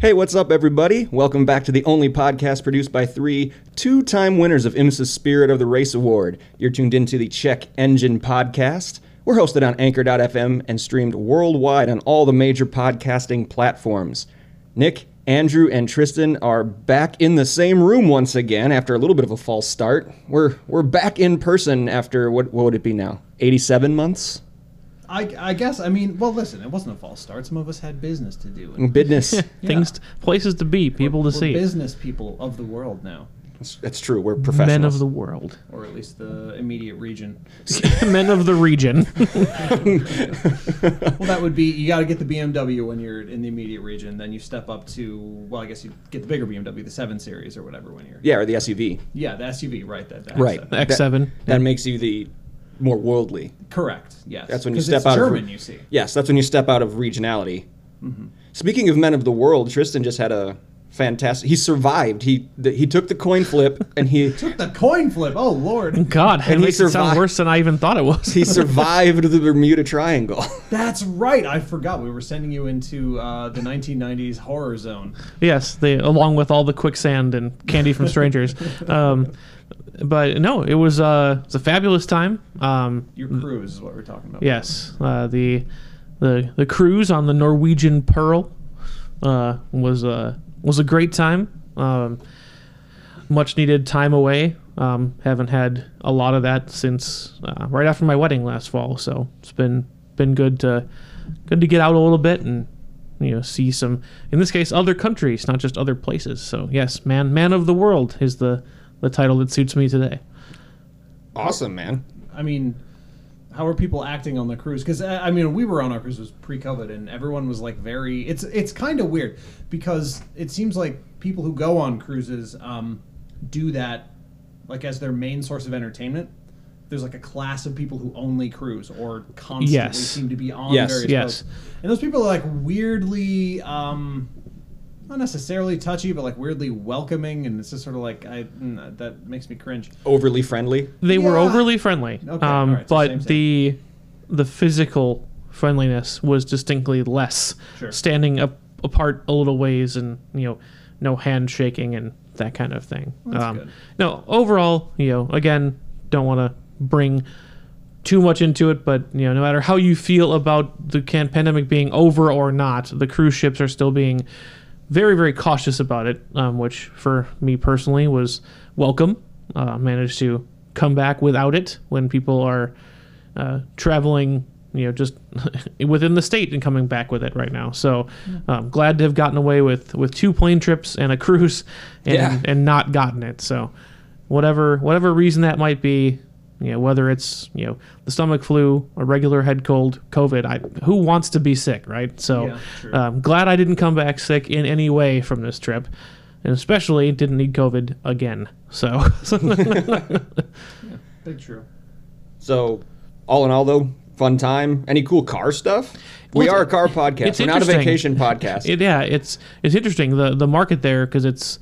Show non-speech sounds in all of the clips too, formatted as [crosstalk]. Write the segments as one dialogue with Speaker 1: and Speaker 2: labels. Speaker 1: Hey, what's up, everybody? Welcome back to the only podcast produced by three two time winners of IMSA's Spirit of the Race Award. You're tuned into the Check Engine Podcast. We're hosted on Anchor.fm and streamed worldwide on all the major podcasting platforms. Nick, Andrew, and Tristan are back in the same room once again after a little bit of a false start. We're, we're back in person after, what, what would it be now? 87 months?
Speaker 2: I, I guess I mean well listen it wasn't a false start some of us had business to do and
Speaker 3: [laughs]
Speaker 1: Business.
Speaker 3: things, t- places to be, people
Speaker 2: we're
Speaker 3: to see,
Speaker 2: business people of the world now
Speaker 1: That's- That's true. We're
Speaker 3: men of
Speaker 1: professionals.
Speaker 3: the world, [laughs]
Speaker 2: or at least the immediate region
Speaker 3: men of the region.
Speaker 1: [laughs]
Speaker 2: well that would be you got to get the BMW when you're in the immediate region then you step up to well I guess you get the bigger BMW the 7 series or whatever when you're
Speaker 1: yeah, or the SUV.
Speaker 2: yeah the SUV right that, that
Speaker 1: Right.
Speaker 2: so-
Speaker 3: X7.
Speaker 1: That, that makes you the more worldly.
Speaker 2: correct yes
Speaker 1: That's when you
Speaker 2: 'Cause
Speaker 1: step
Speaker 2: it's
Speaker 1: out of
Speaker 2: German you see
Speaker 1: Yes, that's when you step out of regionality.
Speaker 3: Mm-hmm.
Speaker 1: Speaking of men of the world, Tristan just had a fantastic. He survived. He th- he took the coin flip
Speaker 3: [laughs]
Speaker 1: and he
Speaker 2: the coin flip
Speaker 1: [laughs]
Speaker 2: oh lord
Speaker 3: God, it
Speaker 1: And he
Speaker 3: makes it
Speaker 1: survived.
Speaker 3: sound worse than I even thought it
Speaker 1: [laughs]
Speaker 3: was.
Speaker 1: he survived the Bermuda
Speaker 3: [laughs]
Speaker 1: Triangle.
Speaker 2: that's right I forgot we were sending you into uh, the 1990s horror zone
Speaker 3: yes, they along with all the quicksand and candy
Speaker 1: [laughs]
Speaker 3: from strangers. um, but no, it was uh, it's a fabulous time. Um,
Speaker 2: your cruise is what we're talking about
Speaker 3: yes, uh, the the the cruise on the Norwegian Pearl uh, was a was a great time. Um, much needed time away. Um, haven't had a lot of that since uh, right after my wedding last fall, so it's been been good to good to get out a little bit and you know see some in this case other countries, not just other places. So yes, man, man of the world is the the title that suits me today.
Speaker 1: awesome, man.
Speaker 2: I mean, how are people acting on the cruise? Because I mean, we were on our cruise it was pre-COVID, and everyone was like very. It's it's kind of weird because it seems like people who go on cruises um, do that like as their main source of entertainment. There's like a class of people who only cruise or constantly
Speaker 3: Yes.
Speaker 2: seem to be on
Speaker 1: Yes,
Speaker 2: various
Speaker 3: yes.
Speaker 2: boats. and those people are like weirdly. Um, not necessarily touchy, but like weirdly welcoming, and it's just sort of like I mm, that makes me cringe.
Speaker 1: Overly friendly.
Speaker 3: they were
Speaker 2: Yeah.
Speaker 3: overly friendly
Speaker 2: Okay,
Speaker 3: um,
Speaker 2: alright, so
Speaker 3: but
Speaker 2: same, same.
Speaker 3: the the physical friendliness was distinctly less
Speaker 2: Sure.
Speaker 3: standing up apart a little ways and you know no handshaking and that kind of thing um,
Speaker 2: good.
Speaker 3: no overall you know again don't want to bring too much into it but you know no matter how you feel about the can- pandemic being over or not the cruise ships are still being very very cautious about it um, which for me personally was welcome uh, managed to come back without it when people are uh, traveling you know just [laughs] within the state and coming back with it right now so um, glad to have gotten away with with two plane trips and a cruise and,
Speaker 1: Yeah.
Speaker 3: and not gotten it so whatever whatever reason that might be you know whether it's you know the stomach flu a regular head cold covid I, who wants to be sick right so
Speaker 2: Yeah, true.
Speaker 3: um, glad I didn't come back sick in any way from this trip, and especially didn't need COVID again. So, [laughs]
Speaker 2: Big true.
Speaker 1: So, all in all, though, fun time. Any cool car stuff? we
Speaker 3: Well,
Speaker 1: are a car podcast.
Speaker 3: it's
Speaker 1: We're not a
Speaker 3: interesting.
Speaker 1: vacation podcast.
Speaker 3: it, yeah, it's it's interesting the the market there because it's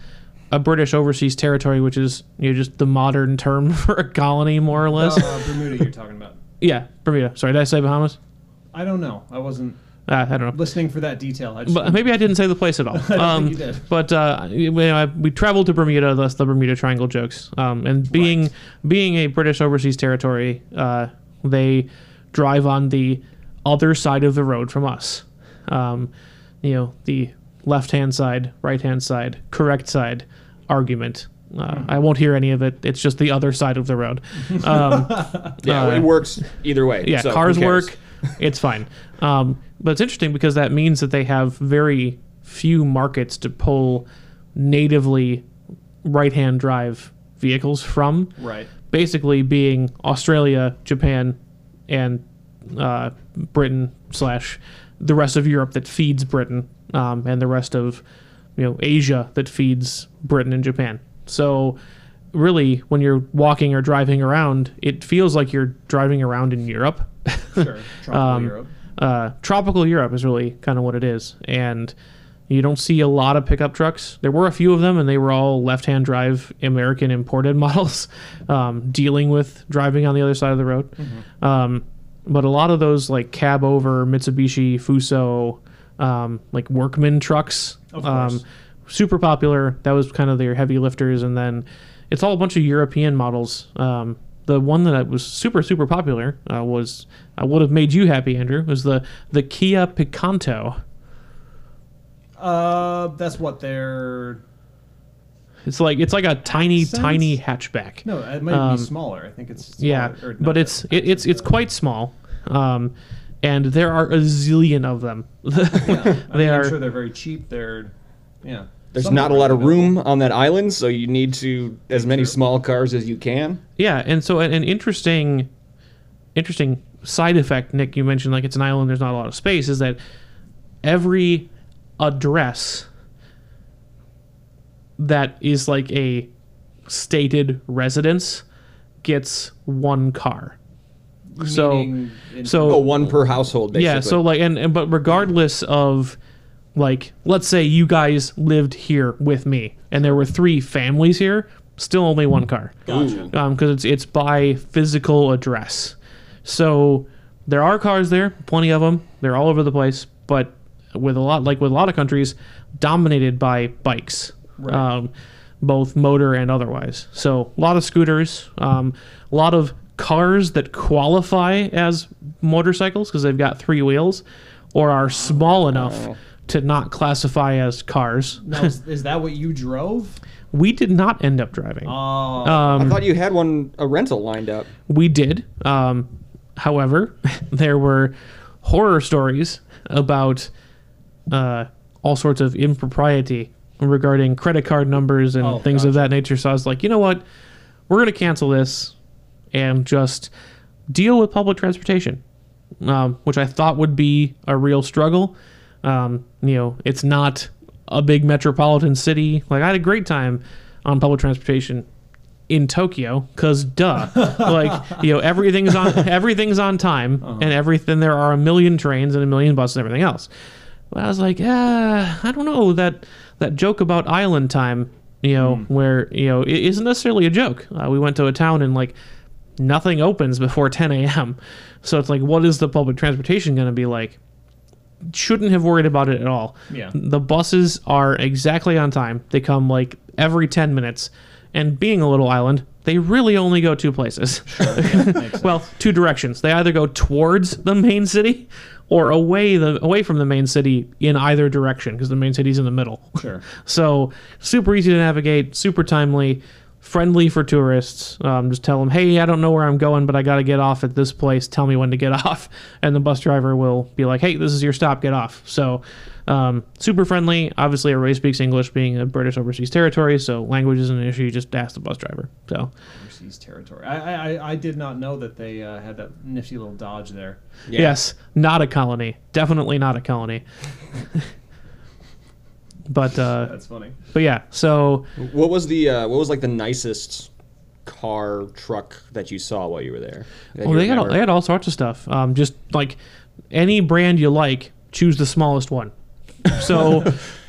Speaker 3: a British overseas territory, which is you know just the modern term [laughs] for a colony, more or less.
Speaker 2: Uh, Bermuda, you're talking about.
Speaker 3: yeah, Bermuda. Sorry, did I say Bahamas?
Speaker 2: I don't know. I wasn't
Speaker 3: Uh, I don't know.
Speaker 2: listening for that detail. I just,
Speaker 3: But maybe I didn't say the place
Speaker 2: [laughs]
Speaker 3: at all. um,
Speaker 2: you did.
Speaker 3: But uh, you know, I- we traveled to Bermuda. That's the Bermuda Triangle jokes. Um, and being being a British overseas territory, uh, they drive on the other side of the road from us. Um, you know, the left hand side, right hand side, correct side argument. Uh,
Speaker 2: Hmm.
Speaker 3: I won't hear any of it. It's just the other side of
Speaker 2: [laughs]
Speaker 3: the road. Um,
Speaker 1: yeah,
Speaker 3: uh,
Speaker 1: it works either way.
Speaker 3: yeah,
Speaker 1: so who
Speaker 3: cars
Speaker 1: cares?
Speaker 3: work. It's fine. Um, but it's interesting because that means that they have very few markets to pull natively right hand drive vehicles from.
Speaker 2: right.
Speaker 3: Basically, being Australia, Japan, and uh, Britain slash the rest of Europe that feeds Britain, um, and the rest of you know Asia that feeds Britain and Japan. So really, when you're walking or driving around, it feels like you're driving around in Europe. [laughs]
Speaker 2: Sure. Tropical Europe.
Speaker 3: uh, tropical Europe is really kind of what it is, and you don't see a lot of pickup trucks. There were a few of them, and they were all left-hand drive American imported [laughs] models, um, dealing with driving on the other side of the road. Um, but a lot of those like cab over Mitsubishi Fuso, um, like workman trucks
Speaker 2: Of course.
Speaker 3: super popular. That was kind of their heavy lifters, and then it's all a bunch of European models. Um, the one that was super super popular uh, was I would have made you happy, Andrew. Was the the Kia Picanto?
Speaker 2: Uh, that's what they're.
Speaker 3: It's like it's like a tiny
Speaker 2: Sounds-
Speaker 3: tiny hatchback.
Speaker 2: No, it might
Speaker 3: Um,
Speaker 2: be smaller. I think it's. Smaller,
Speaker 3: yeah,
Speaker 2: or
Speaker 3: but
Speaker 2: no,
Speaker 3: it's it, it's it's quite small, um, and there are a zillion of them. [laughs]
Speaker 2: Yeah. I
Speaker 3: they
Speaker 2: mean,
Speaker 3: are-
Speaker 2: I'm sure they're very cheap. They're. Yeah.
Speaker 1: There's
Speaker 2: Some
Speaker 1: not a
Speaker 2: are
Speaker 1: lot of
Speaker 2: available.
Speaker 1: room on that island, so you need to as many small cars as you can.
Speaker 3: Yeah, and so an, an interesting, interesting side effect, Nick. You mentioned like it's an island. There's not a lot of space. Is that every address that is like a stated residence gets one car. So-
Speaker 2: Meaning in-
Speaker 3: So
Speaker 1: Oh, one per household, basically.
Speaker 3: yeah so like and, and but regardless of like let's say you guys lived here with me and there were three families here still only one car
Speaker 1: Gotcha.
Speaker 3: because it's it's by physical address so there are cars there plenty of them they're all over the place but with a lot like with a lot of countries dominated by bikes
Speaker 2: Right.
Speaker 3: um, both motor and otherwise so a lot of scooters um, a lot of cars that qualify as motorcycles because they've got three wheels or are small enough to not classify as cars
Speaker 2: Now, is,
Speaker 3: [laughs]
Speaker 2: is that what you drove?
Speaker 3: we did not end up driving
Speaker 2: Oh,
Speaker 3: um,
Speaker 1: I thought you had one a rental lined up.
Speaker 3: We did. Um, however, [laughs] there were horror stories about uh, all sorts of impropriety regarding credit card numbers and
Speaker 2: Oh,
Speaker 3: things of that nature. So I was like, you know what? We're going to cancel this and just deal with public transportation, um, which I thought would be a real struggle. Um, you know, it's not a big metropolitan city. Like, I had a great time on public transportation in Tokyo because duh, like you know everything's on everything's on time and everything. There are a million trains and a million buses and everything else. But I was like, ah, I don't know that that joke about island time. You know where you know it isn't necessarily a joke. Uh, we went to a town and like nothing opens before [laughs] 10 a.m. So it's like, what is the public transportation going to be like? Shouldn't have worried about it at all.
Speaker 2: Yeah.
Speaker 3: The buses are exactly on time. They come like every 10 minutes. And being a little island, they really only go two places. [laughs] well, two directions. They either go towards the main city or away the away from the main city in either direction because the main city's in the middle. [laughs]
Speaker 2: sure.
Speaker 3: So super easy to navigate, super timely, friendly for tourists. Um, just tell them, hey, I don't know where I'm going, but I got to get off at this place. Tell me when to get [laughs] off, and the bus driver will be like, hey, this is your stop. Get off. So um, super friendly. Obviously, everybody speaks English, being a British overseas territory, so language isn't an issue. Just ask the bus driver. So
Speaker 2: Overseas territory. I, I, I- I did not know that they uh, had that nifty little dodge there.
Speaker 1: Yeah.
Speaker 3: yes, not a colony. Definitely not a colony. [laughs] but uh,
Speaker 2: That's funny.
Speaker 3: but yeah, so.
Speaker 1: What was the uh, what was like the nicest car truck that you saw while you were there? that
Speaker 3: Well,
Speaker 1: you
Speaker 3: they had, all,
Speaker 1: remember?
Speaker 3: they had all sorts of stuff. Um, just like any brand you like, choose the smallest one.
Speaker 1: [laughs]
Speaker 3: So,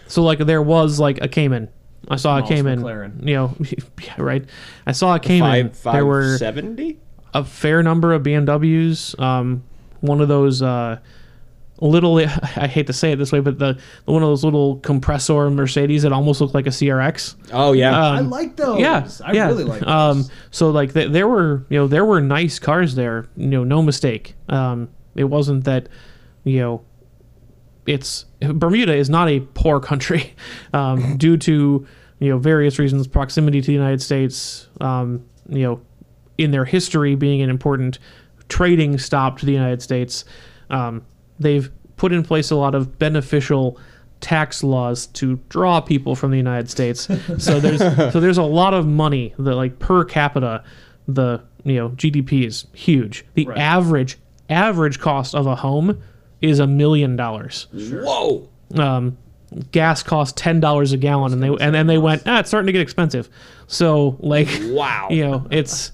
Speaker 3: so like there was like a Cayman. I saw a
Speaker 2: Smallest
Speaker 3: Cayman.
Speaker 2: McLaren.
Speaker 3: You know, [laughs] yeah, right. I saw a Cayman.
Speaker 1: five five
Speaker 3: there were
Speaker 1: 70?
Speaker 3: a fair number of BMWs. Um, one of those uh, little. [laughs] I hate to say it this way, but the one of those little compressor Mercedes that almost looked like a CRX.
Speaker 1: Oh yeah.
Speaker 2: I
Speaker 3: Um,
Speaker 2: like those.
Speaker 3: yeah,
Speaker 2: I
Speaker 3: yeah.
Speaker 2: really like those.
Speaker 3: Um, so like th- there were you know there were nice cars there, you know, no mistake. Um, it wasn't that, you know, it's Bermuda is not a poor country, [laughs] um, due to you know various reasons, proximity to the United States, um, you know, in their history being an important trading stop to the United States. Um, they've put in place a lot of beneficial tax laws to draw people from the United States. So there's so there's a lot of money that like per capita the you know GDP is huge. The
Speaker 2: Right.
Speaker 3: average average cost of a home is a million dollars.
Speaker 1: Whoa.
Speaker 3: Um, gas costs ten dollars a gallon, and they and then they went ah it's starting to get expensive. So like [laughs]
Speaker 1: Wow.
Speaker 3: you know it's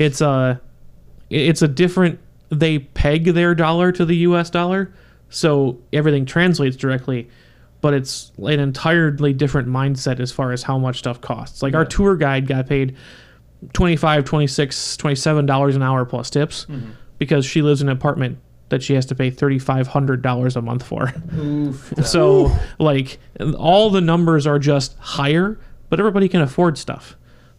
Speaker 3: it's a it's a different they peg their dollar to the US dollar so everything translates directly but it's an entirely different mindset as far as how much stuff costs like our tour guide got paid 25 26 27 dollars an hour plus tips because she lives in an apartment that she has to pay thirty five hundred dollars a month for. [laughs]
Speaker 2: Oof.
Speaker 3: So like all the numbers are just higher, but everybody can afford stuff.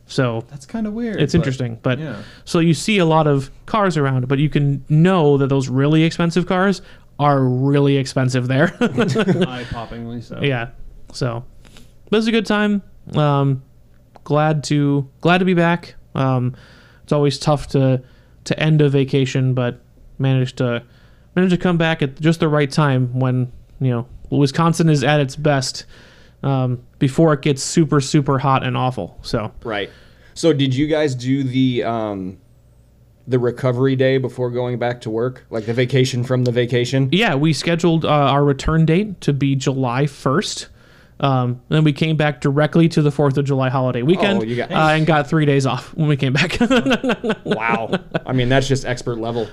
Speaker 3: So
Speaker 2: That's kind of weird.
Speaker 3: it's
Speaker 2: but- [laughs]
Speaker 3: interesting, but
Speaker 2: yeah.
Speaker 3: so you see a lot of cars around, but you can know that those really expensive cars are really expensive there. [laughs]
Speaker 2: Eye poppingly so.
Speaker 3: yeah. So, but it's a good time. Um, glad to glad to be back. Um, it's always tough to to end a vacation, but managed to managed to come back at just the right time when you know Wisconsin is at its best um, before it gets super super hot and awful. So
Speaker 1: Right. So did you guys do the um the recovery day before going back to work? Like the vacation from the
Speaker 3: [laughs]
Speaker 1: vacation?
Speaker 3: yeah, we scheduled uh, our return date to be July first. Um, then we came back directly to the Fourth of July holiday weekend,
Speaker 1: Oh, you got-
Speaker 3: uh, and got three days off when we came back. [laughs]
Speaker 1: Wow. I mean, that's just expert level.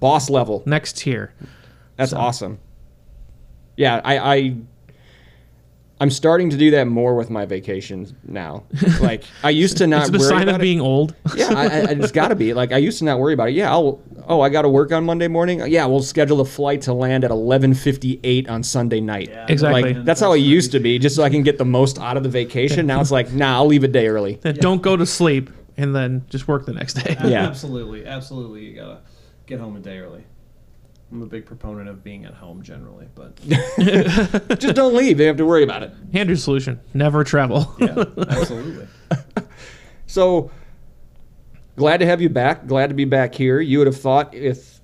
Speaker 1: Boss level.
Speaker 3: next tier.
Speaker 1: That's awesome. Yeah, I, I I'm starting to do that more with my vacations
Speaker 3: [laughs]
Speaker 1: now. Like I used to not
Speaker 3: It's the
Speaker 1: worry
Speaker 3: sign
Speaker 1: about
Speaker 3: of
Speaker 1: it. [laughs]
Speaker 3: being old.
Speaker 1: yeah, I, I, it's got to be. Like I used to not worry about it. Yeah, I'll. Oh, I got to work on Monday morning. Yeah, we'll schedule a flight to land at eleven fifty eight on Sunday night.
Speaker 2: Yeah.
Speaker 3: Exactly.
Speaker 1: Like that's how I used to be, just so I can get the most out of the vacation. Now it's like, nah, I'll leave a day early.
Speaker 3: That Don't go to sleep and then just work the next day.
Speaker 2: A-
Speaker 1: Yeah.
Speaker 2: Absolutely. Absolutely. You gotta get home a day early. I'm a big proponent of being at home generally,
Speaker 1: [laughs]
Speaker 2: but
Speaker 1: just don't leave. They have to worry about it.
Speaker 3: Andrew's solution: never travel.
Speaker 2: yeah, absolutely.
Speaker 1: So glad to have you back. Glad to be back here. You would have thought if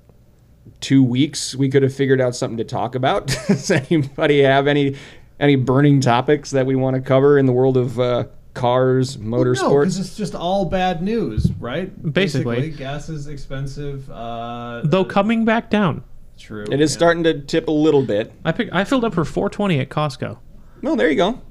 Speaker 1: two weeks we could have figured out something to talk about. [laughs] Does anybody have any any burning topics that we want to cover in the world of uh, cars,
Speaker 2: No, because
Speaker 1: motorsports?
Speaker 2: it's just all bad news, right?
Speaker 3: Basically.
Speaker 2: gas is expensive. Uh,
Speaker 3: [laughs] Though coming back down,
Speaker 2: true,
Speaker 1: it is
Speaker 2: yeah.
Speaker 1: starting to tip a little bit.
Speaker 3: I pick, I filled up for 420 at Costco.
Speaker 1: No, there you go.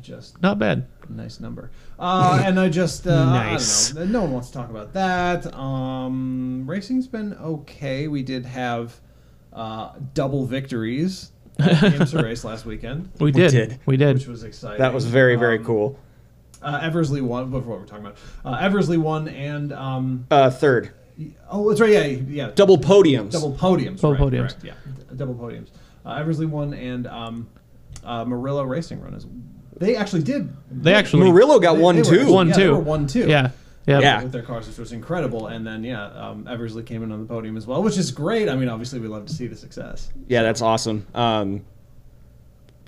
Speaker 2: Just
Speaker 3: Not bad.
Speaker 2: nice number. Uh, and I just uh,
Speaker 3: Nice.
Speaker 2: I don't know. No one wants to talk about that. Um, racing's been okay. We did have uh, double victories at the
Speaker 3: [laughs]
Speaker 2: IMSA race last weekend,
Speaker 3: We did.
Speaker 1: did.
Speaker 3: We
Speaker 2: which
Speaker 3: did.
Speaker 2: was exciting.
Speaker 1: That was very very
Speaker 2: Um,
Speaker 1: cool.
Speaker 2: Uh, Eversley won. Before we're talking about uh, Eversley won, and um,
Speaker 1: Uh, third,
Speaker 2: oh, that's right. Yeah, yeah.
Speaker 1: double podiums.
Speaker 2: Double podiums.
Speaker 3: Double
Speaker 2: right,
Speaker 3: podiums.
Speaker 2: correct, yeah, D- double podiums. Uh, Eversley won, and um, uh, Murillo Racing Run is. They actually did.
Speaker 3: They actually
Speaker 1: Murillo got one
Speaker 2: they were
Speaker 1: too.
Speaker 2: actually-
Speaker 3: One,
Speaker 2: yeah, they
Speaker 3: two.
Speaker 2: were one two.
Speaker 3: Yeah. Yeah.
Speaker 1: Yeah.
Speaker 2: With their cars, which was incredible, and then yeah, um, Eversley came in on the podium as well, which is great. I mean, obviously, we love to see the success.
Speaker 1: Yeah, that's awesome. Um,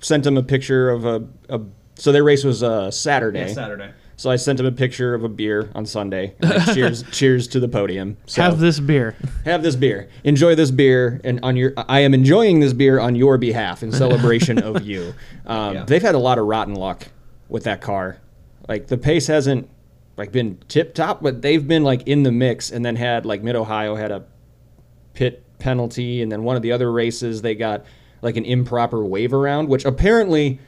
Speaker 1: sent him a picture of a, a so their race was uh, Saturday.
Speaker 2: Yeah, Saturday.
Speaker 1: So I sent him a picture of a beer on Sunday. and, like, cheers, cheers to the podium. So
Speaker 3: Have this beer.
Speaker 1: have this beer. Enjoy this beer, and on your, I am enjoying this beer on your behalf in celebration of you. Um,
Speaker 2: Yeah.
Speaker 1: They've had a lot of rotten luck with that car. Like the pace hasn't like been tip top, but they've been like in the mix, and then had like Mid Ohio had a pit penalty, and then one of the other races they got like an improper wave around, which apparently,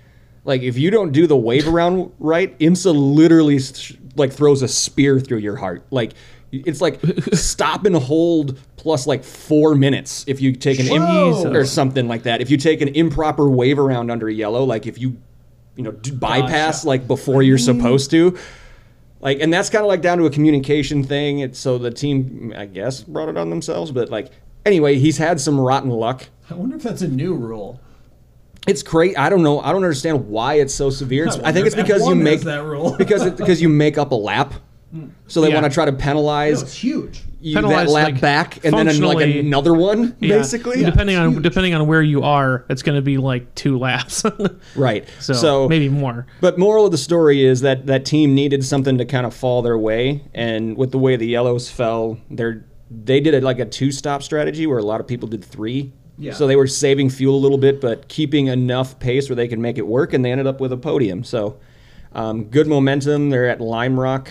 Speaker 1: like if you don't do the wave around right, IMSA literally sh- like throws a spear through your heart. Like it's like stop and hold plus like four minutes if you take an im-
Speaker 3: Whoa.
Speaker 1: or something like that. If you take an improper wave around under yellow, like if you you know d- bypass
Speaker 2: Gotcha.
Speaker 1: like before you're supposed to. Like, and that's kind of like down to a communication thing. It's so the team, I guess, brought it on themselves. But like, anyway, he's had some rotten luck.
Speaker 2: I wonder if that's a new rule.
Speaker 1: It's great. I don't know. I don't understand why it's so severe.
Speaker 2: [laughs]
Speaker 1: It's-
Speaker 2: I
Speaker 1: I, think it's
Speaker 2: wonder if
Speaker 1: because you
Speaker 2: F1
Speaker 1: make
Speaker 2: has that rule.
Speaker 1: [laughs]
Speaker 2: Mm.
Speaker 1: because it, because you make up a lap, so they
Speaker 3: Yeah.
Speaker 1: want to try to penalize
Speaker 2: No, it's huge.
Speaker 1: you that
Speaker 3: Penalize,
Speaker 1: lap
Speaker 3: like,
Speaker 1: back and then an, like
Speaker 3: functionally-
Speaker 1: another one,
Speaker 3: Yeah.
Speaker 1: basically.
Speaker 3: Depending
Speaker 2: it's
Speaker 3: on
Speaker 2: huge.
Speaker 3: depending on where you are, it's going to be like two laps. [laughs]
Speaker 1: Right.
Speaker 3: so,
Speaker 1: so
Speaker 3: maybe more.
Speaker 1: But moral of the story is that that team needed something to kind of fall their way, and with the way the yellows fell, they're they did it like a two stop strategy where a lot of people did three.
Speaker 2: Yeah.
Speaker 1: So they were saving fuel a little bit, but keeping enough pace where they could make it work, and they ended up with a podium. So um, good momentum. They're at Lime Rock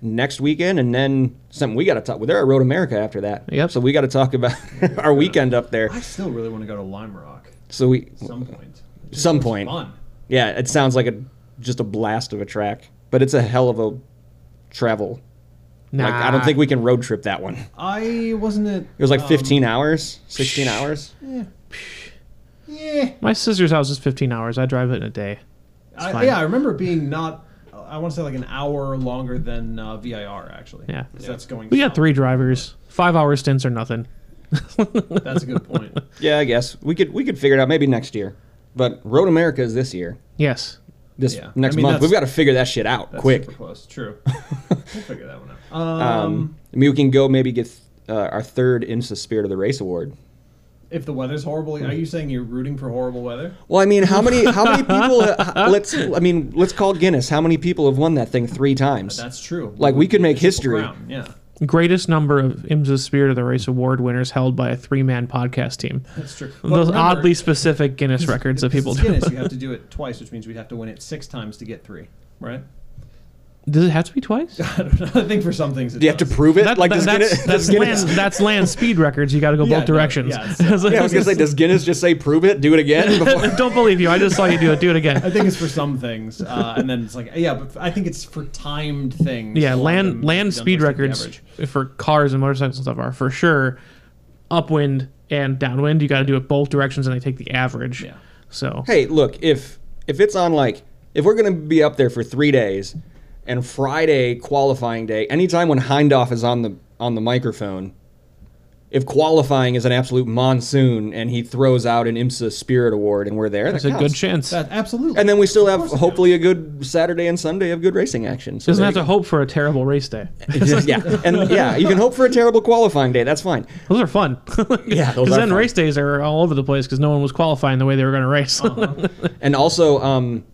Speaker 1: next weekend, and then something we got to talk. Well, they're at Road America after that.
Speaker 3: Yep.
Speaker 1: So we got to talk about [laughs] our weekend up there.
Speaker 2: I still really want to go to Lime Rock
Speaker 1: So we
Speaker 2: at some point. It just
Speaker 1: Some
Speaker 2: looks
Speaker 1: point.
Speaker 2: Fun.
Speaker 1: yeah, it sounds like a just a blast of a track, but it's a hell of a travel. Like I don't
Speaker 3: Nah.
Speaker 1: think we can road trip that one. It
Speaker 2: I wasn't it. It
Speaker 1: was like 15 hours, 16 hours.
Speaker 2: Yeah.
Speaker 3: My sister's house is 15 hours. I drive it in a day.
Speaker 2: I,
Speaker 3: fine.
Speaker 2: yeah, I remember it being not. I want to say like an hour longer than uh, VIR actually.
Speaker 3: Yeah.
Speaker 2: 'Cause that's going.
Speaker 3: We got
Speaker 2: south.
Speaker 3: three drivers. Five hour stints or nothing.
Speaker 2: [laughs] That's a good
Speaker 3: [laughs]
Speaker 2: point.
Speaker 1: Yeah, I guess we could we could figure it out maybe next year. But Road America is this year,
Speaker 3: Yes.
Speaker 1: this
Speaker 2: Yeah.
Speaker 1: next
Speaker 2: I mean,
Speaker 1: month.
Speaker 2: that's-
Speaker 1: We've got to figure that shit out
Speaker 2: That's
Speaker 1: quick.
Speaker 2: super
Speaker 1: [laughs]
Speaker 2: close. True. we'll figure that one out. Um,
Speaker 1: Um, I mean, we can go maybe get uh, our third IMSA Spirit of the Race award.
Speaker 2: if the weather's horrible, are you saying you're rooting for horrible weather?
Speaker 1: Well, I mean, how many how many people?
Speaker 2: [laughs]
Speaker 1: uh, let's I mean, let's call Guinness. How many people have won that thing three times?
Speaker 2: That's true.
Speaker 1: Like we could make history.
Speaker 2: Brown, yeah,
Speaker 3: Greatest number of IMSA Spirit of the Race Award winners held by a three man podcast team.
Speaker 2: that's true. But
Speaker 3: Those
Speaker 2: remember,
Speaker 3: oddly specific Guinness records that
Speaker 2: because
Speaker 3: people
Speaker 2: it's
Speaker 3: do.
Speaker 2: Guinness, you
Speaker 3: [laughs]
Speaker 2: have to do it twice, which means we'd have to win it six times to get three, right? [laughs]
Speaker 3: Does it have to be twice?
Speaker 2: I don't know. I think for some things it
Speaker 1: Do you have to
Speaker 2: does.
Speaker 1: prove it?
Speaker 3: That-
Speaker 1: like
Speaker 3: that-
Speaker 1: does Guinness?
Speaker 3: that's,
Speaker 1: [laughs]
Speaker 3: that's,
Speaker 1: does Guinness
Speaker 3: land, that's land speed records. You got to go
Speaker 2: Yeah,
Speaker 3: both
Speaker 2: no,
Speaker 3: directions.
Speaker 2: yeah,
Speaker 3: [laughs]
Speaker 2: so-
Speaker 1: yeah, I was gonna say, does Guinness just say prove it? Do it again? Before?
Speaker 3: Don't believe you. I just saw you do it. Do it
Speaker 2: I [laughs]
Speaker 3: again.
Speaker 2: think it's for some things, uh, and then it's like yeah, but I think it's for timed things.
Speaker 3: Yeah,
Speaker 2: along
Speaker 3: land
Speaker 2: the-
Speaker 3: land
Speaker 2: the
Speaker 3: speed
Speaker 2: unlisted
Speaker 3: records
Speaker 2: average.
Speaker 3: for cars and motorcycles and stuff are for sure upwind and downwind. You got to do it both directions, and they take the average.
Speaker 2: Yeah.
Speaker 3: So
Speaker 1: hey, look, if if it's on like if we're gonna be up there for three days, and Friday qualifying day, anytime when Hindoff is on the on the microphone, if qualifying is an absolute monsoon and he throws out an IMSA Spirit Award and we're there,
Speaker 3: it's
Speaker 1: that
Speaker 3: a good
Speaker 1: counts.
Speaker 3: chance.
Speaker 2: That- absolutely.
Speaker 1: And then we still have
Speaker 2: course it
Speaker 1: hopefully a good Saturday and Sunday of good racing action. So
Speaker 3: Doesn't
Speaker 1: there
Speaker 3: have
Speaker 1: you
Speaker 3: to hope for a terrible race day. [laughs]
Speaker 1: go. yeah, and yeah, you can hope for a terrible qualifying day. That's fine.
Speaker 3: Those are fun. [laughs]
Speaker 1: Yeah, those
Speaker 3: because
Speaker 1: are
Speaker 3: then
Speaker 1: fun.
Speaker 3: race days are all over the place because no one was qualifying the way they were going to race. [laughs]
Speaker 1: And also, um,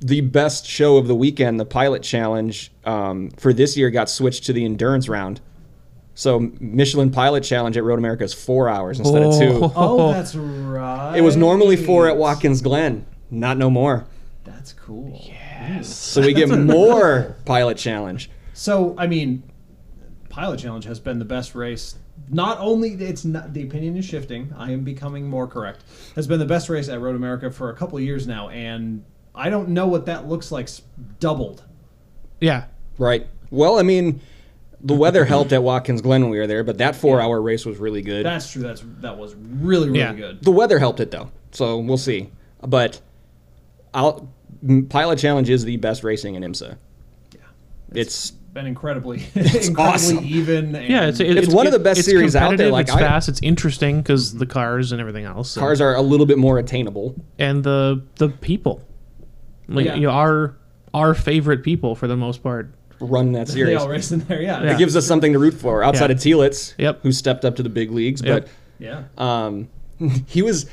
Speaker 1: the best show of the weekend, the pilot challenge um, for this year, got switched to the endurance round. So Michelin Pilot Challenge at Road America is four hours instead of two.
Speaker 2: oh, that's right.
Speaker 1: It was normally four at Watkins Glen, not no more.
Speaker 2: That's cool. Yeah.
Speaker 1: So we get more Pilot Challenge.
Speaker 2: So I mean, Pilot Challenge has been the best race. Not only it's not the opinion is shifting. I am becoming more correct. Has been the best race at Road America for a couple of years now, and I don't know what that looks like s- doubled.
Speaker 3: yeah.
Speaker 1: Right. Well, I mean, the weather helped at Watkins Glen when we were there, but that four-hour race was really good.
Speaker 2: That's true. That's that was really really
Speaker 3: Yeah.
Speaker 2: good.
Speaker 1: the weather helped it though, so we'll see. But I'll, m- Pilot Challenge is the best racing in IMSA.
Speaker 2: Yeah.
Speaker 1: It's
Speaker 2: Been incredibly, [laughs] incredibly
Speaker 1: awesome.
Speaker 2: even. And
Speaker 3: Yeah, it's, it's,
Speaker 1: one of the best
Speaker 3: it's
Speaker 1: series out there,
Speaker 3: competitive,
Speaker 1: like,
Speaker 3: it's
Speaker 1: I-
Speaker 3: fast, it's interesting because the cars and everything else. and-
Speaker 1: cars are a little bit more attainable.
Speaker 3: and the the people, like
Speaker 2: Yeah.
Speaker 3: you know, our our favorite people for the most part.
Speaker 1: Run that
Speaker 2: They
Speaker 1: series.
Speaker 2: all race in there. Yeah.
Speaker 1: It gives us something to root for outside
Speaker 3: Yeah.
Speaker 1: of Telitz,
Speaker 3: Yep.
Speaker 1: who stepped up to the big leagues.
Speaker 3: Yep.
Speaker 2: Yeah.
Speaker 1: But um, [laughs] he was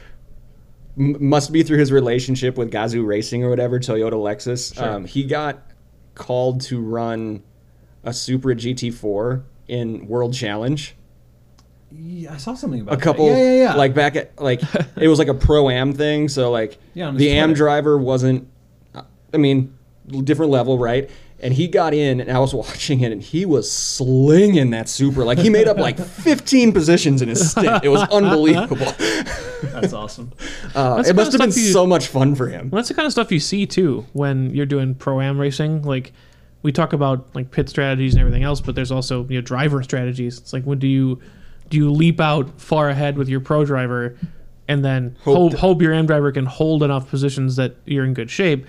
Speaker 1: m- must be through his relationship with Gazoo Racing or whatever Toyota Lexus. Um, he got called to run a Supra GT4 in World Challenge.
Speaker 2: Yeah, I saw something about
Speaker 1: a couple
Speaker 2: That. Yeah, yeah, yeah.
Speaker 1: like back at like it was like a pro am thing so like
Speaker 2: Yeah, on his
Speaker 1: the am
Speaker 2: Twitter.
Speaker 1: driver wasn't i mean different level right and he got in and i was [laughs] watching it and he was slinging that super like he made up like 15 positions in his stint it was unbelievable
Speaker 2: that's awesome.
Speaker 1: Uh,
Speaker 3: That's
Speaker 1: it must have
Speaker 3: kinda
Speaker 1: been
Speaker 3: stuff you-
Speaker 1: so much fun for him
Speaker 3: Well, that's the kind of stuff you see too when you're doing pro am racing. Like we talk about like pit strategies and everything else, but there's also you know driver strategies. It's like when do you do you leap out far ahead with your pro driver, and then
Speaker 1: Hope
Speaker 3: hope hope,
Speaker 1: that-
Speaker 3: your am driver can hold enough positions that you're in good shape,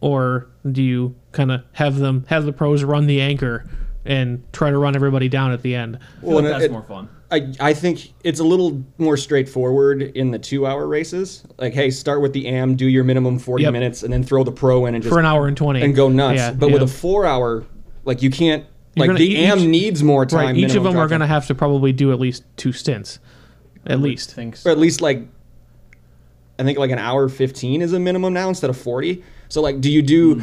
Speaker 3: or do you kind of have them have the pros run the anchor and try to run everybody down at the end?
Speaker 2: I feel like
Speaker 1: and
Speaker 2: that's
Speaker 1: it-
Speaker 2: more fun.
Speaker 1: I, I think it's a little more straightforward in the two hour races. Like, hey, start with the AM, do your minimum 40
Speaker 3: Yep.
Speaker 1: minutes, and then throw the pro in and just
Speaker 3: for an hour and twenty
Speaker 1: and go nuts.
Speaker 3: Yeah,
Speaker 1: but
Speaker 3: yeah.
Speaker 1: with a four hour, like you can't. Like
Speaker 3: gonna-
Speaker 1: the
Speaker 3: each-
Speaker 1: AM needs more time.
Speaker 3: right, each of
Speaker 1: minimum
Speaker 3: them are
Speaker 1: drive time.
Speaker 3: going to have to probably do at least two stints, at least.
Speaker 2: Thanks.
Speaker 1: or at least like, I think like an hour fifteen is a minimum now instead of forty. So like, do you do,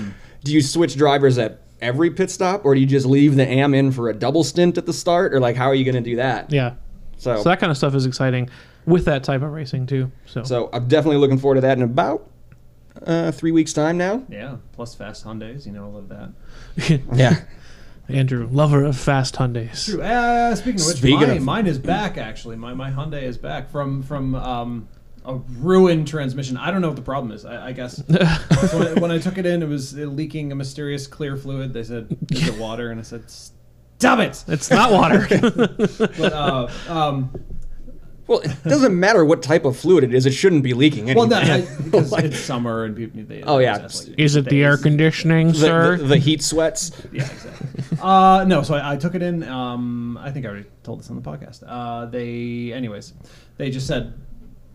Speaker 1: do you switch drivers at every pit stop, or do you just leave the AM in for a double stint at the start, or like how are you going to do that?
Speaker 3: Yeah.
Speaker 1: So
Speaker 3: So that kind of stuff is exciting with that type of racing too. So,
Speaker 1: so I'm definitely looking forward to that in about uh, three weeks time now.
Speaker 2: Yeah, plus fast Hyundai's, you know, I love that.
Speaker 1: [laughs] Yeah.
Speaker 3: Andrew, lover of fast Hyundais.
Speaker 2: True. Uh, speaking of which,
Speaker 1: Speaking
Speaker 2: mine,
Speaker 1: of-
Speaker 2: mine is back actually. My my Hyundai is back from from um, a ruined transmission. I don't know what the problem is. I, I guess when, when I took it in, it was uh, leaking a mysterious clear fluid. They said, "Is it water?" And I said, "Stop it!"
Speaker 3: It's not water.
Speaker 2: But uh, um,
Speaker 1: Well, it doesn't matter what type of fluid it is; it shouldn't be leaking. Anyway.
Speaker 2: Well, no,
Speaker 3: [laughs]
Speaker 2: I, because it's summer and people. They,
Speaker 1: Oh, yeah.
Speaker 2: that's like-
Speaker 3: Oh Is it the air conditioning,
Speaker 1: [laughs] the,
Speaker 3: sir?
Speaker 1: the, the heat sweats.
Speaker 2: yeah, exactly. uh, no, so I, I took it in. Um, I think I already told this on the podcast. Uh, they, anyways, they just said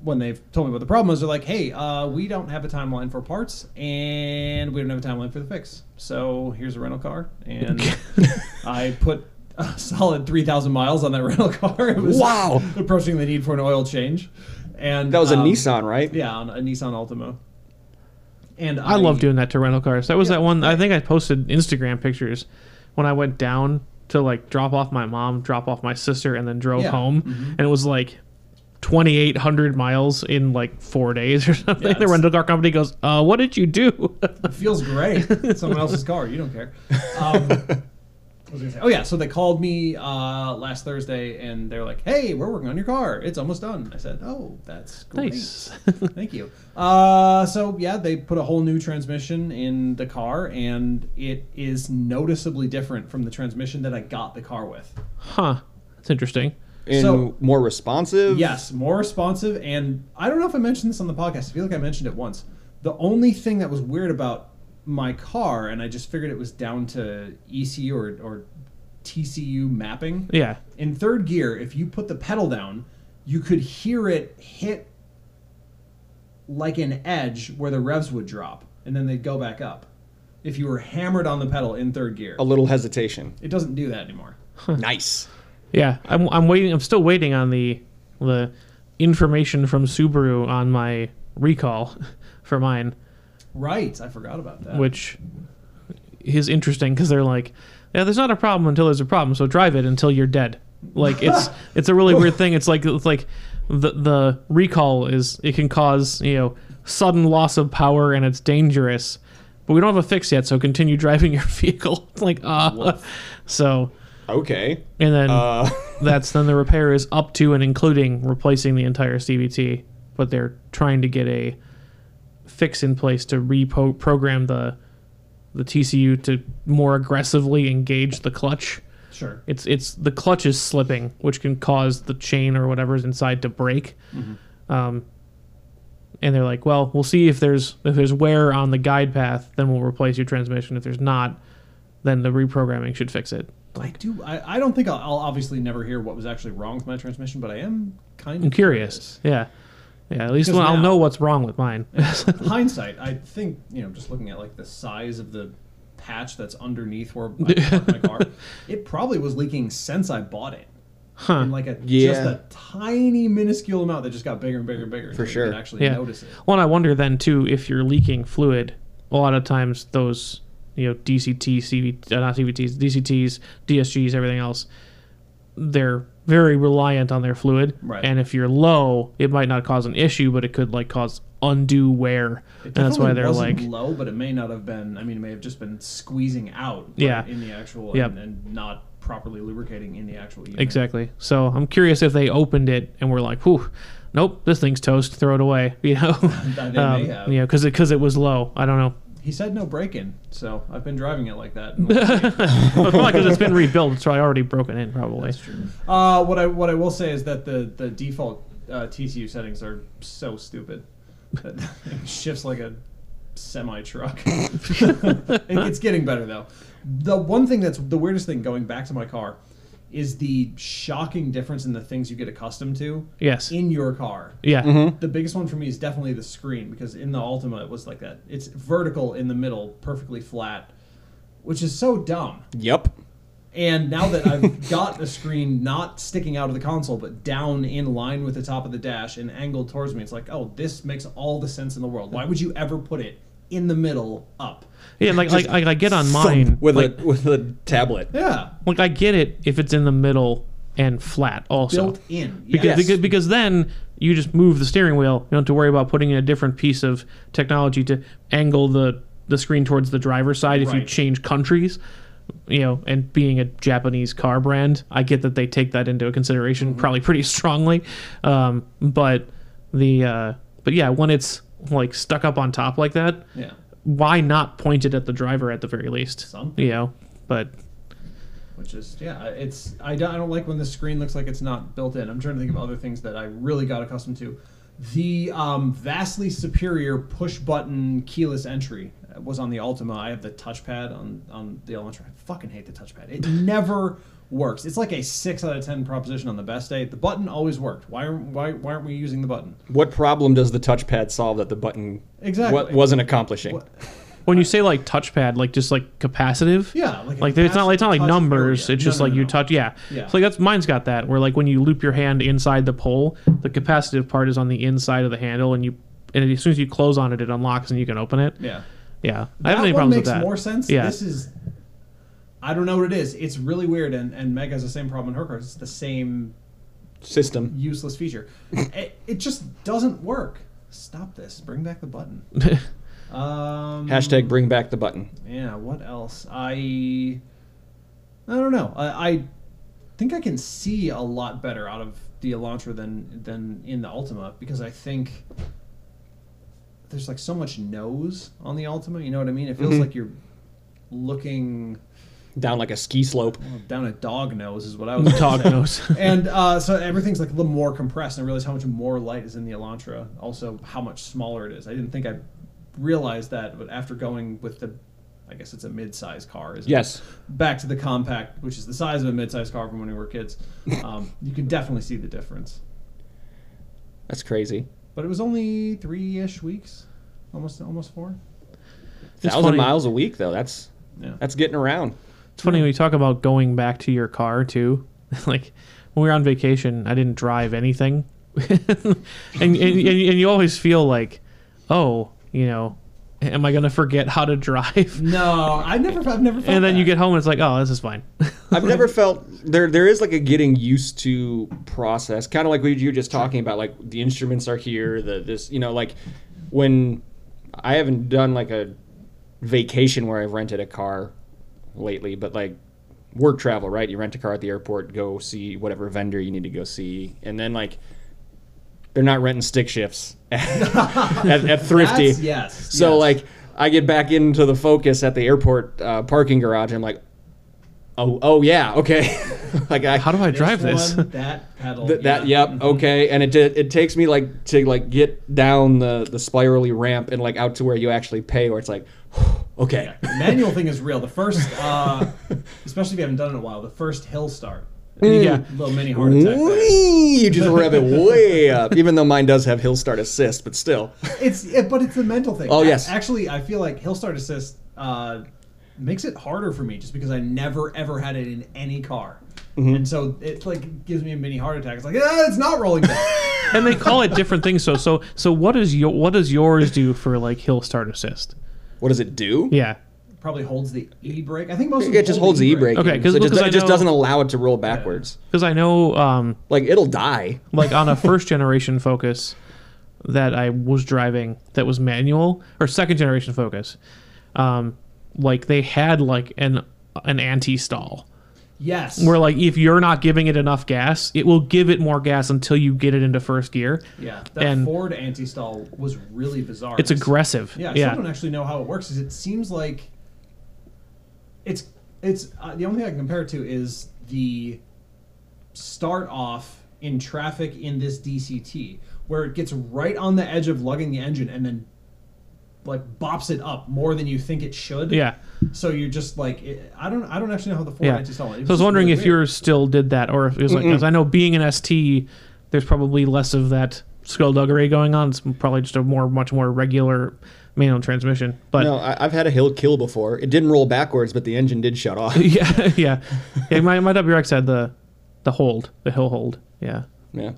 Speaker 2: when they've told me what the problem was, they're like, "Hey, uh, we don't have a timeline for parts, and we don't have a timeline for the fix. So here's a rental car, and [laughs] I put." A solid three thousand miles on that [laughs] rental car. It was
Speaker 1: Wow.
Speaker 2: Approaching the need for an oil change, and
Speaker 1: That was a
Speaker 2: um,
Speaker 1: Nissan, right?
Speaker 2: Yeah, on a Nissan Altima. And
Speaker 3: I love doing that to rental cars. That was that one. I think I posted Instagram pictures when I went down to like drop off my mom, drop off my sister, and then drove
Speaker 2: Yeah.
Speaker 3: home. And it was like 2,800 miles in like four days or [laughs] something.
Speaker 2: Yeah,
Speaker 3: the
Speaker 2: it's-
Speaker 3: rental car company goes, uh, "What did you do?"
Speaker 2: It feels great. It's Someone else's car. You don't care. Um, I was gonna say, oh yeah. So they called me uh, last Thursday, and they're like, "Hey, we're working on your car. It's almost done." I said, "Oh, that's great.
Speaker 3: nice.
Speaker 2: Thank you." Uh, so yeah, they put a whole new transmission in the car, and it is noticeably different from the transmission that I got the car with.
Speaker 3: [laughs] huh. That's interesting.
Speaker 1: And
Speaker 2: So-
Speaker 1: more responsive.
Speaker 2: Yes, more responsive. And I don't know if I mentioned this on the podcast. I feel like I mentioned it once. The only thing that was weird about my car, and I just figured it was down to ECU or, or TCU mapping.
Speaker 3: Yeah.
Speaker 2: In third gear, if you put the pedal down, you could hear it hit like an edge where the revs would drop, and then they'd go back up. If you were hammered on the pedal in third gear,
Speaker 1: A little hesitation.
Speaker 2: it doesn't do that anymore.
Speaker 1: nice.
Speaker 3: Yeah, I'm, I'm waiting. I'm still waiting on the the information from Subaru on my recall [laughs] for mine,
Speaker 2: Right, I forgot about that.
Speaker 3: which is interesting because they're like, yeah, there's not a problem until there's a problem. So drive it until you're dead. Like it's it's a really weird thing. It's like it's like the the recall is it can cause you know sudden loss of power and it's dangerous, but we don't have a fix yet. So continue [laughs] driving your vehicle. [laughs] It's like ah, so
Speaker 1: Okay.
Speaker 3: and then.
Speaker 1: Uh,
Speaker 3: That's then the repair is up to and including replacing the entire CVT, but they're trying to get a fix in place to reprogram the the TCU to more aggressively engage the clutch.
Speaker 2: Sure.
Speaker 3: It's it's the clutch is slipping, which can cause the chain or whatever's inside to break. Um, and they're like, well, we'll see if there's if there's wear on the guide path, then we'll replace your transmission. If there's not, then the reprogramming should fix it.
Speaker 2: I do. I, I don't think I'll, I'll obviously never hear what was actually wrong with my transmission, but I am kind of
Speaker 3: I'm curious. Yeah. Yeah, at least
Speaker 2: Because
Speaker 3: when I'll
Speaker 2: now-
Speaker 3: know what's wrong with mine. [laughs]
Speaker 2: Hindsight, I think you know, just looking at like the size of the patch that's underneath where I parked my
Speaker 3: [laughs]
Speaker 2: car, it probably was leaking since I bought it.
Speaker 3: Huh.
Speaker 2: In like a just
Speaker 1: Yeah.
Speaker 2: a tiny minuscule amount that just got bigger and bigger and bigger. For
Speaker 1: sure.
Speaker 2: could actually
Speaker 3: Yeah.
Speaker 2: notice it.
Speaker 3: Well, and I wonder then too if you're leaking fluid. A lot of times those, you know, DCT, CV, uh, not CVTs, DCTs, DSGs, everything else, they're very reliant on their fluid.
Speaker 2: Right.
Speaker 3: And if you're low, it might not cause an issue, but it could like cause undue wear.
Speaker 2: It
Speaker 3: and that's why
Speaker 2: definitely
Speaker 3: they're like
Speaker 2: wasn't low, but it may not have been. I mean, it may have just been squeezing out. right,
Speaker 3: Yeah.
Speaker 2: In the actual,
Speaker 3: Yep.
Speaker 2: and, and not properly lubricating in the actual. Unit.
Speaker 3: Exactly. So I'm curious if they opened it and were like, "Whew, nope, this thing's toast. Throw it away." [laughs] You know,
Speaker 2: They may
Speaker 3: um,
Speaker 2: have.
Speaker 3: you know, because it because it was low.
Speaker 2: [laughs]
Speaker 3: I don't know.
Speaker 2: He said no break-in, so I've been driving it like that.
Speaker 3: But probably because it's been rebuilt. It's probably already broken in. Probably.
Speaker 2: Uh, what I what I will say is that the the default uh, TCU settings are so stupid. [laughs] It shifts like a semi truck. it, it's getting better though. The one thing that's the weirdest thing going back to my car is the shocking difference in the things you get accustomed to
Speaker 3: Yes.
Speaker 2: in your car.
Speaker 3: Yeah.
Speaker 1: Mm-hmm.
Speaker 2: The biggest one for me is definitely the screen because in the Altima it was like that. It's vertical in the middle, perfectly flat, which is so dumb.
Speaker 1: yep.
Speaker 2: And now that I've got the screen not sticking out of the console, but down in line with the top of the dash and angled towards me, it's like, oh, this makes all the sense in the world. Why would you ever put it in the middle up?
Speaker 3: Yeah. Like like, like I get on mine.
Speaker 1: Thump with
Speaker 3: like,
Speaker 1: a with a tablet.
Speaker 2: Yeah.
Speaker 3: like I get it if it's in the middle and flat also.
Speaker 2: Built in. Yes.
Speaker 3: Because, because, because then you just move the steering wheel. You don't have to worry about putting in a different piece of technology to angle the, the screen towards the driver's side if you
Speaker 2: Right.
Speaker 3: change countries. You know, and being a Japanese car brand, I get that they take that into consideration
Speaker 2: Mm-hmm.
Speaker 3: probably [laughs] pretty strongly. Um, but the uh, but yeah, when it's like stuck up on top like that,
Speaker 2: yeah.
Speaker 3: why not point it at the driver at the very least?
Speaker 2: Something.
Speaker 3: You know, but
Speaker 2: which is yeah it's I don't, I don't like when the screen looks like it's not built in i'm trying to think of other things that i really got accustomed to the um, vastly superior push button keyless entry uh, was on the Ultima. I have the touchpad on on the Elantra. I fucking hate the touchpad. It never works. It's like a six out of ten proposition on the best day. The button always worked. Why are- why why aren't we using the button?
Speaker 1: What problem does the touchpad solve that the button
Speaker 2: Exactly.
Speaker 1: wa- wasn't accomplishing?
Speaker 3: When you say like touchpad, like just like capacitive.
Speaker 2: Yeah, like a
Speaker 3: Like it's not like it's not like
Speaker 2: touch
Speaker 3: numbers.
Speaker 2: area.
Speaker 3: It's
Speaker 2: No,
Speaker 3: just
Speaker 2: no,
Speaker 3: like
Speaker 2: no,
Speaker 3: you
Speaker 2: no.
Speaker 3: touch. Yeah.
Speaker 2: Yeah.
Speaker 3: So like that's mine's got that where like when you loop your hand inside the pole, the capacitive part is on the inside of the handle, and you and as soon as you close on it, it unlocks and you can open it.
Speaker 2: Yeah.
Speaker 3: Yeah. I
Speaker 2: That
Speaker 3: have any
Speaker 2: one
Speaker 3: problems
Speaker 2: makes
Speaker 3: with that.
Speaker 2: more sense.
Speaker 3: Yeah. [laughs]
Speaker 2: This is. I don't know what it is. It's really weird, and and Meg has the same problem in her cards. It's the same
Speaker 1: System.
Speaker 2: useless
Speaker 3: [laughs]
Speaker 2: feature. it, it just doesn't work. Stop this. Bring back the
Speaker 3: [laughs]
Speaker 2: button. Um,
Speaker 1: Hashtag bring back the button.
Speaker 2: Yeah. What else? I. I don't know. I, I think I can see a lot better out of the Elantra than than in the Ultima because I think there's like so much nose on the Ultima. You know what I mean? It feels like you're looking
Speaker 1: Down like a ski slope.
Speaker 2: down a dog nose is what I was
Speaker 3: Dog
Speaker 2: saying.
Speaker 3: nose.
Speaker 2: [laughs] and uh, so everything's like a little more compressed, and I realized how much more light is in the Elantra. Also, how much smaller it is. I didn't think I realized that, but after going with the, I guess it's a mid-size car, isn't
Speaker 1: Yes.
Speaker 2: it? Back to the compact, which is the size of a mid-size car from when we were kids.
Speaker 1: [laughs]
Speaker 2: Um, you can definitely see the difference.
Speaker 1: That's crazy.
Speaker 2: But it was only three-ish weeks, almost almost four.
Speaker 3: It's
Speaker 1: Thousand
Speaker 3: funny.
Speaker 1: miles a week though. That's
Speaker 2: Yeah.
Speaker 1: that's getting around.
Speaker 3: It's funny when you talk about going back to your car too. [laughs] like when we were on vacation, I didn't drive anything, [laughs] and, and and and you always feel like, oh, you know, am I gonna forget how to
Speaker 2: [laughs]
Speaker 3: drive?
Speaker 2: No, I never, I've never. felt
Speaker 3: And then you
Speaker 2: that.
Speaker 3: get home and it's like, oh, this is fine. [laughs]
Speaker 1: I've never felt there. There is like a getting used to process, kind of like what you were just talking about. Like the instruments are here. The this, you know, like when I haven't done like a vacation where I've rented a car lately, but like work travel, right? You rent a car at the airport, go see whatever vendor you need to go see, and then like they're not renting stick shifts [laughs] at, at Thrifty.
Speaker 2: That's, yes.
Speaker 1: So
Speaker 2: yes.
Speaker 1: like I get back into the focus at the airport uh, parking garage. I'm like, oh oh yeah okay, [laughs] like I
Speaker 3: How do I Mm-hmm. drive this?
Speaker 2: one, that pedal.
Speaker 1: [laughs] th- [laughs] that
Speaker 2: yeah. Mm-hmm.
Speaker 1: yep Oh. okay, and it did, it takes me like to like get down the the spirally ramp and like out to where you actually pay where it's like [sighs] okay [laughs]
Speaker 2: The manual thing is real. The first, uh, especially if you haven't done it in a while, the first hill start.
Speaker 3: yeah.
Speaker 2: Little mini heart attack. there.
Speaker 1: Mm. Whee! you just
Speaker 3: [laughs]
Speaker 1: rev it way up even though mine does have hill start assist but still
Speaker 2: It's it, but it's the mental thing.
Speaker 1: Oh,
Speaker 2: A-
Speaker 1: yes.
Speaker 2: Actually, I feel like hill start assist uh, makes it harder for me just because I never ever had it in any car,
Speaker 1: Mm-hmm.
Speaker 2: and so it like gives me a mini heart attack. It's like ah, it's not rolling back.
Speaker 3: [laughs]
Speaker 1: [laughs]
Speaker 3: And they call it different things. So so so what is your what does yours do for like hill start assist?
Speaker 1: what does it do
Speaker 3: Yeah.
Speaker 2: Probably holds the e brake. I think most. of them
Speaker 1: it just
Speaker 2: hold
Speaker 1: holds the
Speaker 2: e-brake.
Speaker 1: e-brake
Speaker 3: Okay,
Speaker 1: in,
Speaker 3: 'cause-
Speaker 1: so it just,
Speaker 3: because I
Speaker 1: it just
Speaker 3: know-
Speaker 1: doesn't allow it to roll backwards
Speaker 3: Because I know um,
Speaker 1: like it'll die
Speaker 3: like on a first generation focus that I was driving that was manual or second generation focus um like they had like an an anti stall
Speaker 2: Yes.
Speaker 3: where like if you're not giving it enough gas it will give it more gas until you get it into first gear
Speaker 2: yeah. That
Speaker 3: and-
Speaker 2: Ford anti stall was really bizarre.
Speaker 3: it's aggressive
Speaker 2: Yeah, I
Speaker 3: yeah
Speaker 2: still don't actually know how it works. Is it seems like it's it's uh, the only thing I can compare it to is the start off in traffic in this DCT where it gets right on the edge of lugging the engine and then like bops it up more than you think it should.
Speaker 3: yeah
Speaker 2: So you're just like it, I don't I don't actually know how the Ford
Speaker 3: yeah
Speaker 2: anti
Speaker 3: so
Speaker 2: stall.
Speaker 3: I was wondering if yours still did that or if it was like because I know being an ST there's probably less of that skullduggery going on it's probably just a more much more regular manual transmission but
Speaker 1: No, I, I've had a hill kill before. It didn't roll backwards, but the engine did shut
Speaker 3: [laughs]
Speaker 1: off.
Speaker 3: [laughs] yeah, yeah. yeah my, my WRX had the the hold, the hill hold. Yeah.
Speaker 1: yeah.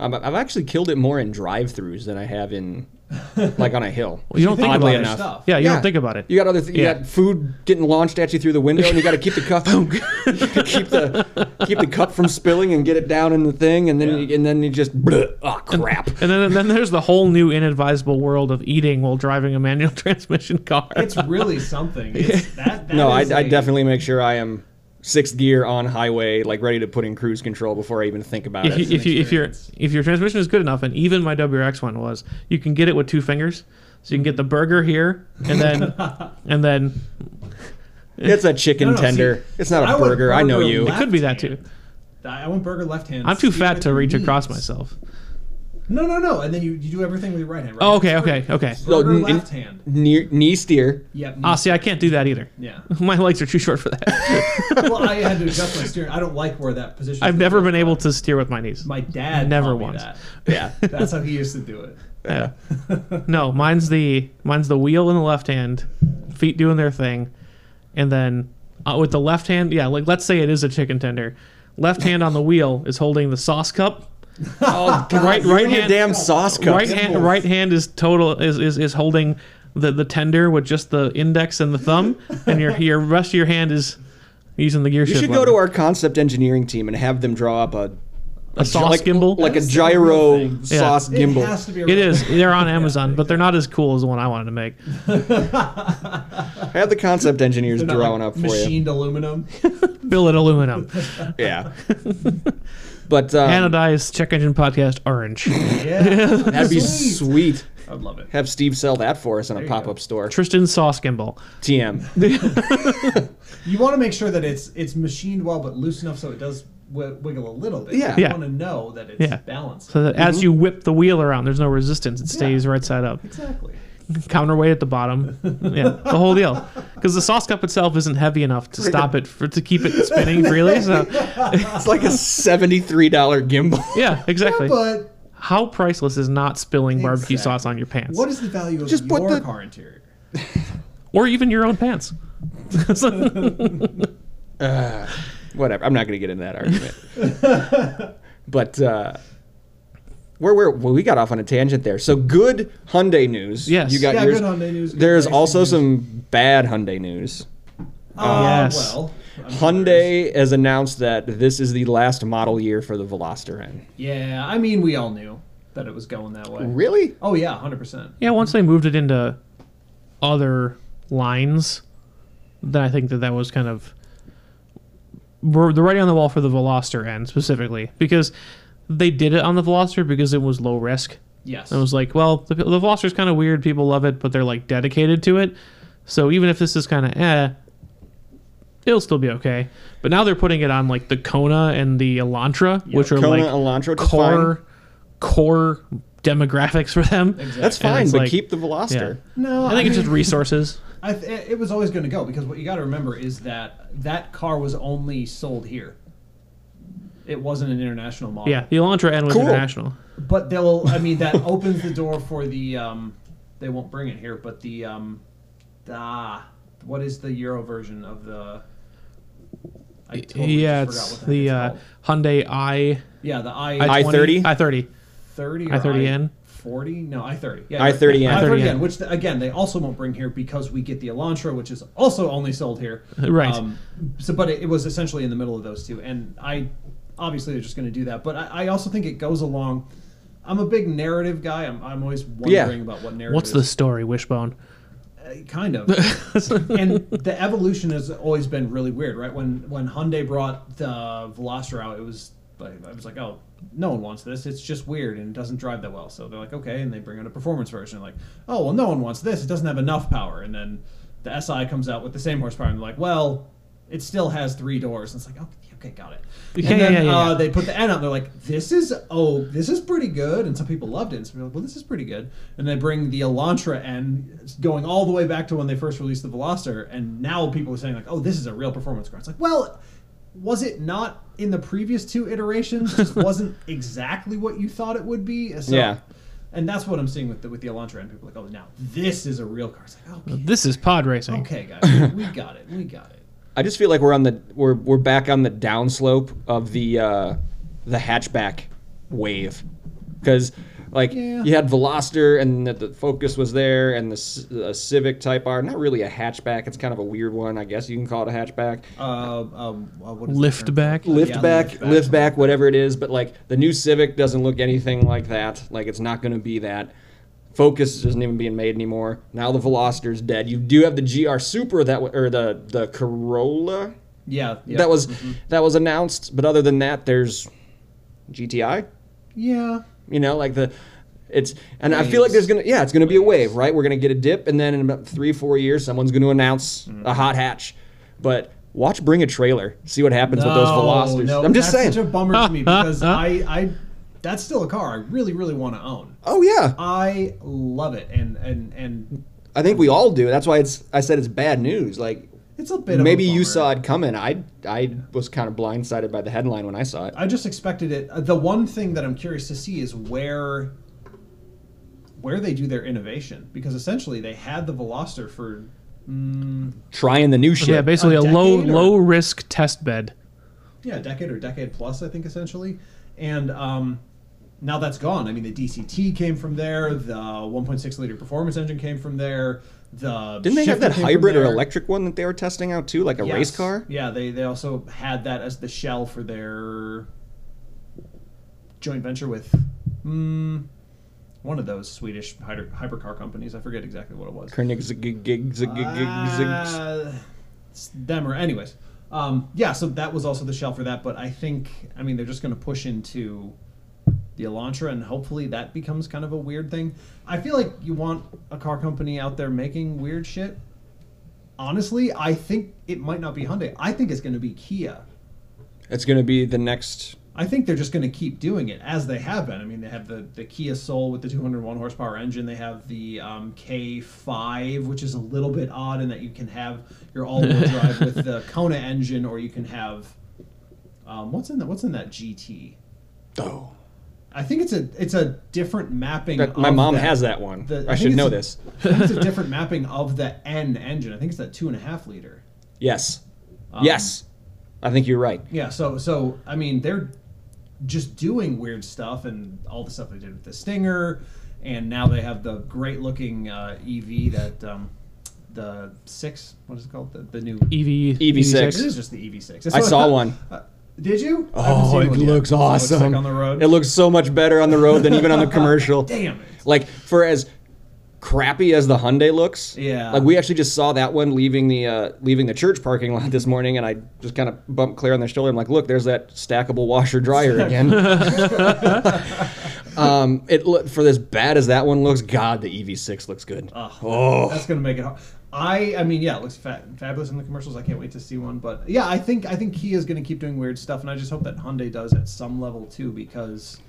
Speaker 1: Um, I've actually killed it more in drive-throughs than I have in, like, on a
Speaker 3: [laughs]
Speaker 1: hill.
Speaker 3: You don't think
Speaker 1: Oddly
Speaker 3: about
Speaker 1: enough.
Speaker 2: stuff.
Speaker 3: it. Yeah, you
Speaker 1: Yeah.
Speaker 3: don't think about it.
Speaker 1: You got other. Th-
Speaker 3: Yeah. Oh,
Speaker 1: You got food getting launched at you through the window, and you got to keep the
Speaker 3: [laughs]
Speaker 1: cup [laughs] keep the keep the cup from spilling and get it down in the thing, and then
Speaker 2: Yeah.
Speaker 1: and then you just bleh, oh crap.
Speaker 3: and then then there's the whole new inadvisable world of eating while driving a manual [laughs] transmission car.
Speaker 2: it's really
Speaker 3: [laughs]
Speaker 2: something. It's, that, that
Speaker 1: no, I,
Speaker 2: is
Speaker 1: I
Speaker 2: a-
Speaker 1: definitely make sure I am sixth gear on highway, like ready to put in cruise control before I even think about
Speaker 3: if
Speaker 1: it.
Speaker 3: you, if you if your
Speaker 2: experience.
Speaker 3: if your transmission is good enough, and even my WRX one was, you can get it
Speaker 2: [laughs]
Speaker 3: with two fingers. So you can get the burger here, and then and then
Speaker 1: It's a chicken
Speaker 2: No, no, see,
Speaker 1: tender. it's not a
Speaker 2: I would
Speaker 1: burger. I know
Speaker 2: burger
Speaker 1: you.
Speaker 3: It could be that too.
Speaker 2: Left-handed. I I want burger left hand.
Speaker 3: I'm too
Speaker 2: Steve,
Speaker 3: fat
Speaker 2: with
Speaker 3: to reach
Speaker 2: meats.
Speaker 3: across myself.
Speaker 2: No, no, no. And then you, you do everything with your right hand. Right?
Speaker 3: Oh, okay, okay, okay.
Speaker 1: No,
Speaker 2: Burger
Speaker 1: n- n-
Speaker 2: left hand.
Speaker 1: Knee, knee steer.
Speaker 2: Yep.
Speaker 3: Ah, see, I can't do that either.
Speaker 2: yeah.
Speaker 3: [laughs] My legs are too short for
Speaker 2: [laughs]
Speaker 3: that.
Speaker 2: well, I had to adjust my steering. I don't like where that position.
Speaker 3: I've never been able to steer with my knees.
Speaker 2: My dad
Speaker 3: Never
Speaker 2: never taught
Speaker 3: once.
Speaker 2: Me that.
Speaker 1: Yeah.
Speaker 2: [laughs] That's how he used to do it. [laughs]
Speaker 3: Yeah. no, mine's the mine's the wheel in the left hand, feet doing their thing, and then uh, with the left hand, yeah, like let's say it is a chicken tender, left hand on the wheel is holding the sauce cup,
Speaker 1: oh, God,
Speaker 3: Right-
Speaker 1: you're
Speaker 3: right
Speaker 1: in your
Speaker 3: hand-
Speaker 1: damn sauce cup.
Speaker 3: right hand right hand is total is is, is holding the, the tender with just the index and the thumb, and your your rest of your hand is using the gear
Speaker 1: You should go to our concept engineering team and have them draw up a
Speaker 3: a sauce
Speaker 1: like,
Speaker 3: gimbal.
Speaker 1: like a
Speaker 2: the real
Speaker 1: gyro
Speaker 2: thing.
Speaker 3: Yeah.
Speaker 1: sauce gimbal.
Speaker 2: It has to be. A
Speaker 3: it is. They're on Amazon, but they're not as cool as the one I wanted to make.
Speaker 1: Have the concept engineers
Speaker 2: They're not,
Speaker 1: drawing
Speaker 2: like,
Speaker 1: up for you.
Speaker 2: machined aluminum.
Speaker 3: [laughs] Bill it aluminum.
Speaker 1: Um,
Speaker 3: [laughs]
Speaker 1: Yeah. but um,
Speaker 3: Anodized check engine podcast orange.
Speaker 2: Yeah,
Speaker 1: that'd be sweet.
Speaker 2: I'd love it.
Speaker 1: Have Steve sell that for us in a
Speaker 2: you go.
Speaker 1: pop up store.
Speaker 3: Tristan sauce gimbal.
Speaker 1: TM.
Speaker 2: You want to make sure that it's it's machined well, but loose enough so it does w- wiggle a little bit.
Speaker 1: Yeah.
Speaker 2: You
Speaker 3: Yeah.
Speaker 2: want to know that it's
Speaker 3: Yeah.
Speaker 2: balanced.
Speaker 3: So that
Speaker 1: Mhm.
Speaker 3: as you whip the wheel around, there's no resistance. It stays right side up.
Speaker 2: exactly.
Speaker 3: Counterweight at the bottom. Yeah, the whole deal. Because the sauce cup itself isn't heavy enough to stop it for to keep it spinning freely. So
Speaker 1: It's like a $73 gimbal.
Speaker 3: yeah, exactly.
Speaker 2: But
Speaker 3: How priceless is not spilling barbecue
Speaker 2: Exactly.
Speaker 3: sauce on your pants,
Speaker 2: what is the value of
Speaker 1: Just put
Speaker 2: your
Speaker 1: the-
Speaker 2: car interior?
Speaker 3: or even your own pants? [laughs]
Speaker 1: Whatever. I'm not going to get into that argument.
Speaker 2: [laughs]
Speaker 1: [laughs] but uh, where where well, we got off on a tangent there. So good Hyundai news.
Speaker 3: Yes.
Speaker 1: You got
Speaker 2: Yeah,
Speaker 1: yours.
Speaker 2: good Hyundai news, good
Speaker 1: There's
Speaker 2: Hyundai
Speaker 1: also
Speaker 2: news.
Speaker 1: some bad Hyundai news.
Speaker 2: Uh,
Speaker 3: Yes.
Speaker 2: Well, I'm sure there's-
Speaker 1: Hyundai has announced that this is the last model year for the Veloster N.
Speaker 2: Yeah, I mean, we all knew that it was going that way.
Speaker 1: Really?
Speaker 2: Oh yeah, hundred percent.
Speaker 3: Yeah, once they moved it into other lines, then I think that that was kind of we're the writing on the wall for the Veloster end specifically because they did it on the Veloster because it was low risk.
Speaker 2: Yes.
Speaker 3: It was like, well, the, the Veloster's kind of weird. People love it, but they're like dedicated to it. So even if this is kind of eh, it'll still be okay. But now they're putting it on like the Kona and the Elantra, which are
Speaker 1: Kona,
Speaker 3: like
Speaker 1: Elantra, that's
Speaker 3: core core demographics for them.
Speaker 2: Exactly.
Speaker 1: That's
Speaker 3: And
Speaker 1: fine,
Speaker 3: it's
Speaker 1: but
Speaker 3: like-
Speaker 1: keep the Veloster.
Speaker 2: no,
Speaker 3: I think it's
Speaker 2: mean-
Speaker 3: just resources.
Speaker 2: I th- it was always going to go because what you got to remember is that that car was only sold here. It wasn't an international model.
Speaker 3: Yeah, the Elantra N was
Speaker 1: Cool.
Speaker 3: international.
Speaker 2: But they'll. I mean, that [laughs] opens the door for the. Um, they won't bring it here, but the. Um, ah, what is the Euro version of the? I totally
Speaker 3: yeah,
Speaker 2: just
Speaker 3: it's
Speaker 2: forgot what
Speaker 3: the
Speaker 2: heck
Speaker 3: uh,
Speaker 2: called.
Speaker 3: Hyundai i
Speaker 2: yeah the
Speaker 1: I-
Speaker 2: i
Speaker 1: i30?
Speaker 3: i thirty.
Speaker 2: thirty
Speaker 3: i30N?
Speaker 2: forty no i thirty yeah
Speaker 1: i30N.
Speaker 2: i thirty
Speaker 3: i30N.
Speaker 2: n which again they also won't bring here because we get the Elantra which is also only sold here Um,
Speaker 3: Right.
Speaker 2: so but it, it was essentially in the middle of those two and I obviously they're just going to do that but I, I also think it goes along. I'm a big narrative guy. I'm, I'm always wondering
Speaker 1: Yeah.
Speaker 2: about what narrative.
Speaker 3: What's
Speaker 2: is.
Speaker 3: the story, Wishbone?
Speaker 2: kind
Speaker 3: [laughs]
Speaker 2: of. and the evolution has always been really weird, right? When when Hyundai brought the Veloster out, it was like I was like, oh, no one wants this. It's just weird and it doesn't drive that well. So they're like, okay, and they bring out a performance version. Like, oh well, no one wants this. It doesn't have enough power. And then the SI comes out with the same horsepower, and they're like, well, it still has three doors. And it's like, okay, okay, got it.
Speaker 3: Yeah,
Speaker 2: and
Speaker 3: yeah,
Speaker 2: then
Speaker 3: yeah, yeah,
Speaker 2: Uh,
Speaker 3: yeah.
Speaker 2: they put the N out. And they're like, this is oh, this is pretty good, and some people loved it. And some people were like, well, this is pretty good. And they bring the Elantra N, going all the way back to when they first released the Veloster, and now people are saying like, oh, this is a real performance car. It's like, well, was it not in the previous two
Speaker 1: [laughs]
Speaker 2: iterations? Just wasn't exactly what you thought it would be. So,
Speaker 1: Yeah.
Speaker 2: And that's what I'm seeing with the with the Elantra N. People are like, oh, now this is a real car. It's
Speaker 1: [laughs]
Speaker 2: like, okay,
Speaker 3: This is pod racing.
Speaker 2: okay, guys, we got it, we got it.
Speaker 1: I just feel like we're on the we're we're back on the downslope of the uh, the hatchback wave because like
Speaker 2: Yeah.
Speaker 1: you had Veloster and the, the Focus was there and the, C- the Civic Type R not really a hatchback it's kind of a weird one I guess you can call it a hatchback
Speaker 2: Uh, um, uh, what is the
Speaker 3: Lift
Speaker 2: term?
Speaker 3: back.
Speaker 1: lift
Speaker 2: Yeah,
Speaker 1: back
Speaker 2: lift
Speaker 1: lift
Speaker 2: back.
Speaker 1: back, whatever it is but like the new Civic doesn't look anything like that like it's not going to be that Focus isn't even being made anymore now the Veloster's dead you do have the GR Supra that w- or the the Corolla
Speaker 2: Yeah, yeah. Mm-hmm.
Speaker 1: that was that was announced but other than that there's gti
Speaker 2: yeah.
Speaker 1: you know like the it's and i feel like there's gonna yeah it's
Speaker 2: Mm.
Speaker 1: gonna be a wave right we're gonna get a dip and then in about three four years someone's gonna announce a hot hatch But watch Bring a Trailer. See what happens with those velocitors.
Speaker 2: No,
Speaker 1: I'm just
Speaker 2: that's
Speaker 1: saying.
Speaker 2: such a bummer to me because I, I, that's still a car I really, really want to own.
Speaker 1: oh yeah,
Speaker 2: I love it, and and and
Speaker 1: I think we all do. That's why it's. I said it's bad news. Like
Speaker 2: it's a bit.
Speaker 1: maybe
Speaker 2: of a
Speaker 1: you
Speaker 2: bummer.
Speaker 1: saw it coming. I I was kind of blindsided by the headline when I saw it.
Speaker 2: I just expected it. uh, The one thing that I'm curious to see is where where they do their innovation because essentially they had the Veloster for
Speaker 1: Trying the new shit.
Speaker 3: Yeah, basically a,
Speaker 2: A
Speaker 3: low
Speaker 2: decade or-
Speaker 3: low risk test bed.
Speaker 2: yeah a decade or decade plus I think essentially, and um, now that's gone. I mean the DCT came from there, the 1.6 liter performance engine came from there. The
Speaker 1: Didn't they have
Speaker 2: shifter
Speaker 1: that
Speaker 2: came from
Speaker 1: hybrid or
Speaker 2: there.
Speaker 1: electric one that they were testing out too, like a race
Speaker 2: Yes.
Speaker 1: car?
Speaker 2: Yeah, they they also had that as the shell for their joint venture with mm, one of those Swedish hyder- hypercar companies. I forget exactly what it was.
Speaker 1: Koenigsegg, zig, gig, zig, gig, zigs.
Speaker 2: Uh, it's them or anyways. Um, yeah, so that was also the shell for that. But I think I mean they're just going to push into the Elantra, and hopefully that becomes kind of a weird thing. I feel like you want a car company out there making weird shit. Honestly, I think it might not be Hyundai. I think it's going to be Kia.
Speaker 1: It's going to be the next.
Speaker 2: I think they're just going to keep doing it as they have been. I mean, they have the, the Kia Soul with the 201 horsepower engine. They have the um, K5, which is a little bit odd in that you can have
Speaker 1: [laughs]
Speaker 2: your all-wheel drive with the Kona engine, or you can have um, what's in that what's in that GT.
Speaker 1: Oh,
Speaker 2: I think it's a it's a different mapping.
Speaker 1: that, my
Speaker 2: of
Speaker 1: mom has that one.
Speaker 2: Oh, the-
Speaker 1: I,
Speaker 2: think
Speaker 1: should
Speaker 2: it's
Speaker 1: know
Speaker 2: a-
Speaker 1: this.
Speaker 2: I
Speaker 1: [laughs]
Speaker 2: think it's a different mapping of the N engine. I think it's that two and a half liter.
Speaker 1: Yes,
Speaker 2: Um.
Speaker 1: yes, I think you're right.
Speaker 2: Yeah, so so I mean they're just doing weird stuff and all the stuff they did with the Stinger, and now they have the great looking uh, EV that um, the six what is it called the, the new
Speaker 1: E
Speaker 3: EV
Speaker 2: it
Speaker 1: EV6.
Speaker 2: is just the EV six.
Speaker 1: I saw one.
Speaker 2: [laughs] Uh, did you? I haven't
Speaker 1: Oh,
Speaker 2: seen
Speaker 1: it
Speaker 2: one yet.
Speaker 1: looks
Speaker 2: So it
Speaker 1: awesome.
Speaker 2: like on the road.
Speaker 1: It looks so much better on the road than even on the
Speaker 2: [laughs]
Speaker 1: commercial.
Speaker 2: Damn it.
Speaker 1: Like for as crappy as the Hyundai looks.
Speaker 2: Yeah.
Speaker 1: Like we actually just saw that one leaving the uh, leaving the church parking lot this morning, and I just kind of bumped Claire on the shoulder. I'm like, look, there's that stackable washer dryer again. [laughs]
Speaker 2: [laughs]
Speaker 1: um, it lo- for as bad as that one looks, God, the EV6 looks good.
Speaker 2: Uh,
Speaker 1: oh,
Speaker 2: That's gonna make it hard. I I mean yeah, it looks fat, fabulous in the commercials. I can't wait to see one. But yeah, I think I think Kia is gonna keep doing weird stuff, and I just hope that Hyundai does at some level too, because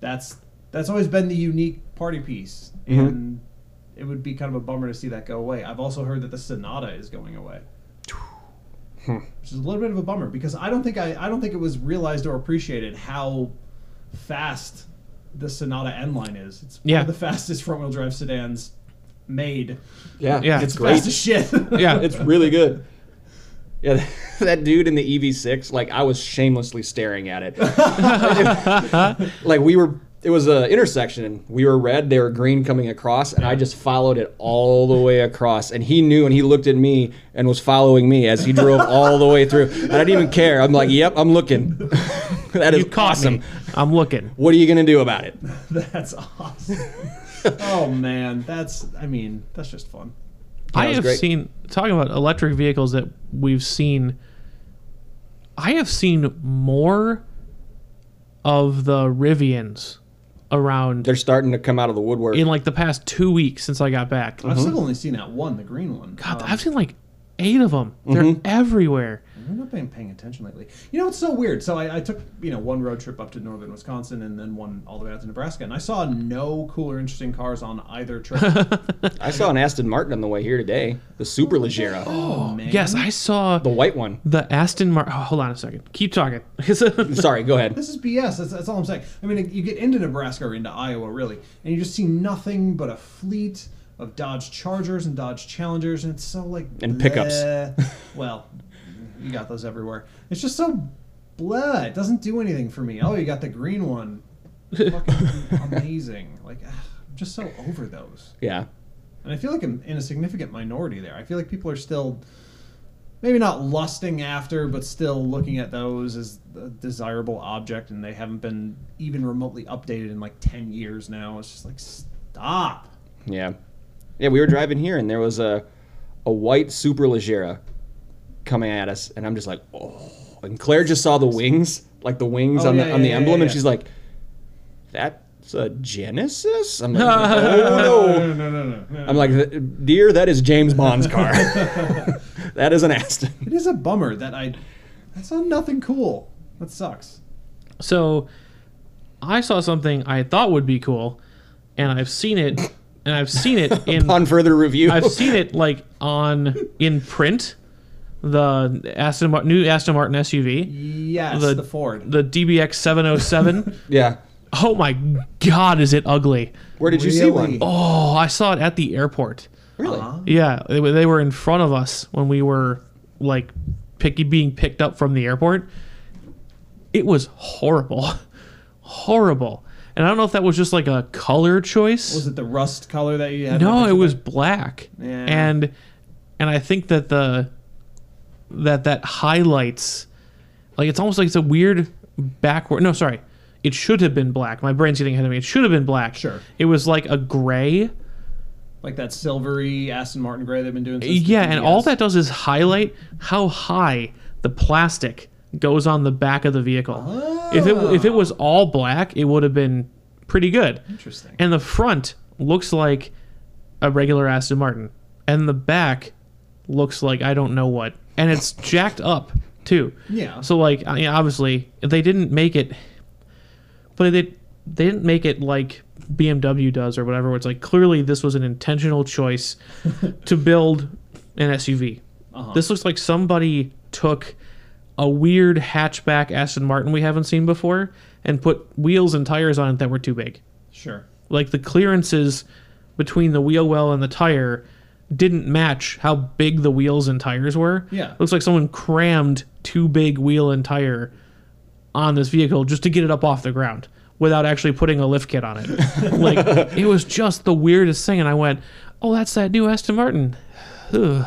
Speaker 2: that's that's always been the unique party piece, and it would be kind of a bummer to see that go away. I've also heard that the Sonata is going away. Which is a little bit of a bummer because I don't think I, I don't think it was realized or appreciated how fast the Sonata N line is. It's one
Speaker 3: Yeah.
Speaker 2: of the fastest front wheel drive sedans made.
Speaker 1: yeah,
Speaker 3: Yeah.
Speaker 1: it's
Speaker 2: It's
Speaker 1: great.
Speaker 2: fast as shit.
Speaker 3: Yeah,
Speaker 1: It's really good. Yeah, [laughs] that dude in the EV6, like I was shamelessly staring at it.
Speaker 3: [laughs]
Speaker 1: like we were, it was a intersection. and We were red, they were green coming across, and I just followed it all the way across. And he knew, and he looked at me and was following me as he drove all the way through. And I didn't even care. I'm like, "Yep, I'm looking." [laughs] that is
Speaker 3: You caught
Speaker 1: awesome.
Speaker 3: me. I'm looking.
Speaker 1: What are you gonna do about it?
Speaker 2: [laughs] that's awesome. oh man, that's I mean, that's just fun.
Speaker 3: I
Speaker 1: was
Speaker 3: have
Speaker 1: great.
Speaker 3: seen talking about electric vehicles that we've seen. I have seen more of the Rivians around
Speaker 1: They're starting to come out of the woodwork.
Speaker 3: in like the past two weeks since I got back.
Speaker 2: I've still only seen that one, the green one.
Speaker 3: Mm-hmm. God,
Speaker 2: Um,
Speaker 3: I've seen like eight of them. They're everywhere.
Speaker 2: I've not been paying attention lately. You know, it's so weird. So I, I took, you know, one road trip up to northern Wisconsin and then one all the way out to Nebraska, and I saw no cool or interesting cars on either trip.
Speaker 3: [laughs]
Speaker 1: I saw an Aston Martin on the way here today, the Super Leggera,
Speaker 3: [gasps]
Speaker 2: oh man,
Speaker 3: Yes, I saw
Speaker 1: the white one.
Speaker 3: the Aston Martin. Oh, hold on a second. Keep talking. [laughs]
Speaker 1: Sorry, go ahead.
Speaker 2: This is BS. That's, that's all I'm saying. I mean, you get into Nebraska or into Iowa, really, and you just see nothing but a fleet of Dodge Chargers and Dodge Challengers, and it's so like
Speaker 1: And pickups.
Speaker 2: bleh. well, you got those everywhere. It's just so blah. It doesn't do anything for me. Oh, you got the
Speaker 1: [laughs]
Speaker 2: green one. Fucking amazing. Like, ah, I'm just so over those.
Speaker 1: Yeah.
Speaker 2: And I feel like I'm in a significant minority there. I feel like people are still maybe not lusting after, but still looking at those as a desirable object, and they haven't been even remotely updated in like 10 years now. It's just like, stop.
Speaker 1: Yeah. Yeah, we were driving here and there was a a white super Leggera coming at us and I'm just like, "Oh." And Claire just saw the wings, like the wings
Speaker 2: Oh,
Speaker 1: on the
Speaker 2: yeah,
Speaker 1: on the
Speaker 2: yeah, yeah,
Speaker 1: emblem
Speaker 2: yeah,
Speaker 1: and
Speaker 2: yeah.
Speaker 1: she's like, "That's a Genesis?"
Speaker 2: [laughs]
Speaker 1: I'm like, "Oh no."
Speaker 2: no, no, no. no. [laughs]
Speaker 1: I'm like, "Th- "Dear, that is James Bond's car." [laughs] that is an Aston.
Speaker 2: It is a bummer that I. I saw nothing cool. That sucks.
Speaker 3: So I saw something I thought would be cool, and I've seen it, and I've seen it in
Speaker 1: Upon further review,
Speaker 3: I've seen it like on in print, the Aston Mar- new Aston Martin SUV,
Speaker 2: Yes,
Speaker 3: The-
Speaker 2: the, Ford.
Speaker 3: the DBX 707.
Speaker 1: [laughs] yeah.
Speaker 3: oh my God, is it ugly!
Speaker 1: Where did you see one?
Speaker 2: Oh,
Speaker 3: Oh, I saw it at the airport.
Speaker 1: really?
Speaker 2: Uh-huh.
Speaker 3: Yeah, they, were- they were in front of us when we were like picky being picked up from the airport. It was horrible, [laughs] horrible. And I don't know if that was just like a color choice.
Speaker 2: was it the rust color that you had?
Speaker 3: No,
Speaker 2: in
Speaker 3: it was black.
Speaker 2: Yeah.
Speaker 3: And and I think that the that that highlights like it's almost like it's a weird backward no, sorry. It should have been black. My brain's getting ahead of me. It should have been black.
Speaker 2: Sure.
Speaker 3: It was like a gray.
Speaker 2: like that silvery Aston Martin gray they've been doing. Since the
Speaker 3: Yeah, and all
Speaker 2: TDS.
Speaker 3: that does is highlight how high the plastic goes on the back of the vehicle. If it if it was all black, it would have been pretty good.
Speaker 2: Interesting.
Speaker 3: And the front looks like a regular Aston Martin, and the back looks like I don't know what, and it's jacked up too.
Speaker 2: Yeah.
Speaker 3: So like, I mean, obviously they didn't make it, but they they didn't make it like BMW does or whatever. Where it's like clearly this was an
Speaker 2: [laughs]
Speaker 3: intentional choice to build an SUV.
Speaker 2: Uh-huh.
Speaker 3: This looks like somebody took a weird hatchback Aston Martin we haven't seen before and put wheels and tires on it that were too big
Speaker 2: sure.
Speaker 3: like the clearances between the wheel well and the tire didn't match how big the wheels and tires were.
Speaker 2: Yeah.
Speaker 3: Looks like someone crammed two big wheel and tire on this vehicle just to get it up off the ground without actually putting a lift kit on it. like it was just the weirdest thing and I went, "Oh, that's that new Aston Martin." Ugh.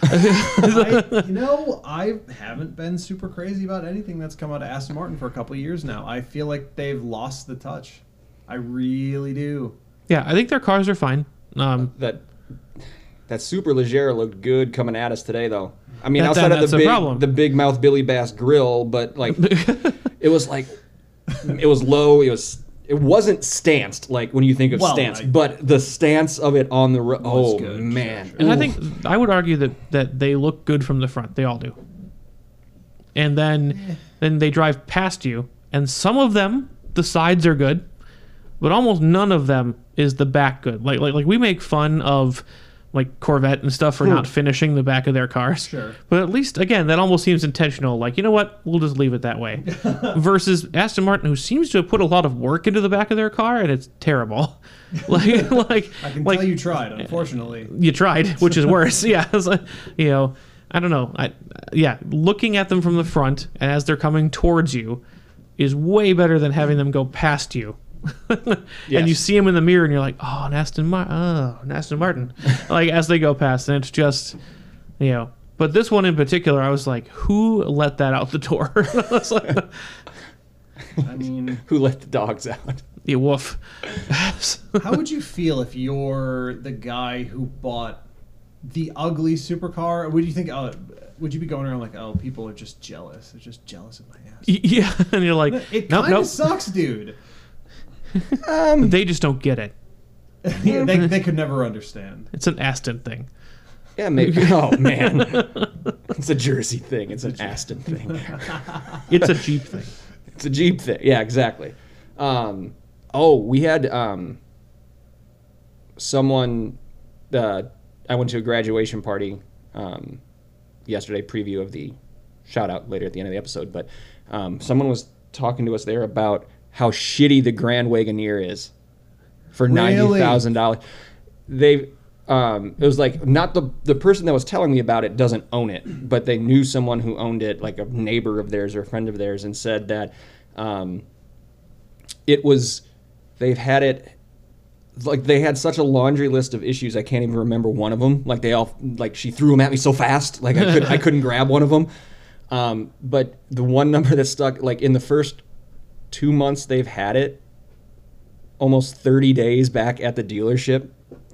Speaker 3: [laughs]
Speaker 2: I, you know, I haven't been super crazy about anything that's come out of Aston Martin for a couple of years now. I feel like they've lost the touch. I really do.
Speaker 3: Yeah, I think their cars are fine. Um
Speaker 1: That that super Legere looked good coming at us today, though. I mean,
Speaker 3: That-
Speaker 1: outside of
Speaker 3: that's
Speaker 1: the
Speaker 3: a
Speaker 1: big
Speaker 3: problem.
Speaker 1: the big mouth Billy Bass grill, but
Speaker 3: [laughs]
Speaker 1: like it was like it was low. It was it wasn't stanced like when you think of
Speaker 2: Well,
Speaker 1: stance,
Speaker 2: I-
Speaker 1: but the stance of it on the road. Oh
Speaker 2: good, sure,
Speaker 1: man!
Speaker 2: sure.
Speaker 3: And I
Speaker 1: Ooh.
Speaker 3: think I would argue that that they look good from the front. They all do. And then then they drive past you, and some of them the sides are good, but almost none of them is the back good. Like like like we make fun of like Corvette and stuff for not finishing the back of their cars.
Speaker 2: Hmm. Sure.
Speaker 3: But at least again, that almost seems intentional. Like, you know what? We'll just leave it
Speaker 2: [laughs]
Speaker 3: that way. Versus Aston Martin who seems to have put a lot of work into the back of their car and it's terrible. [laughs] like like
Speaker 2: I can
Speaker 3: like
Speaker 2: tell you tried, unfortunately.
Speaker 3: you tried, which is worse. [laughs] yeah, it's like, you know, I don't know. I yeah, looking at them from the front and as they're coming towards you is way better than having them go past you. [laughs] And you
Speaker 1: Yes.
Speaker 3: see them in the mirror, and you're like, "Oh, an Aston Martin! Oh, an Aston Martin!" like as they go past, and it's just, you know. But this one in particular, I was like, "Who let that out the door?" [laughs] I was like, [laughs]
Speaker 2: I mean,
Speaker 1: who let the dogs out? [laughs]
Speaker 3: "Yeah, woof." [laughs]
Speaker 2: how would you feel if you're the guy who bought the ugly supercar? Would you think, oh, would you be going around like, oh, people are just jealous? They're just jealous of my ass.
Speaker 3: yeah, and you're like,
Speaker 2: It
Speaker 3: "Nope,
Speaker 2: kind of
Speaker 3: nope."
Speaker 2: sucks,
Speaker 3: [laughs]
Speaker 2: dude.
Speaker 3: They just don't get it.
Speaker 2: they, they could never understand.
Speaker 3: It's an Aston thing.
Speaker 1: Yeah,
Speaker 3: [laughs]
Speaker 1: maybe. oh man, it's a Jersey thing. It's an Aston
Speaker 3: [laughs]
Speaker 1: thing.
Speaker 3: It's a Jeep thing."
Speaker 1: It's a Jeep thing. Yeah, exactly. Um, oh, we had um, someone. Uh, I went to a graduation party um, yesterday. Preview of the shout out later at the end of the episode, but um, someone was talking to us there about how shitty the Grand Wagoneer is for ninety
Speaker 2: Really?
Speaker 1: thousand dollars. They um, it was like not the the person that was telling me about it doesn't own it, but they knew someone who owned it, like a neighbor of theirs or a friend of theirs, and said that um, it was they've had it like they had such a laundry list of issues I can't even remember one of them. Like they all like she threw them at me so fast, like I could
Speaker 2: [laughs]
Speaker 1: I couldn't grab one of them. Um, but the one number that stuck like in the first two months they've had it, almost thirty days back at the dealership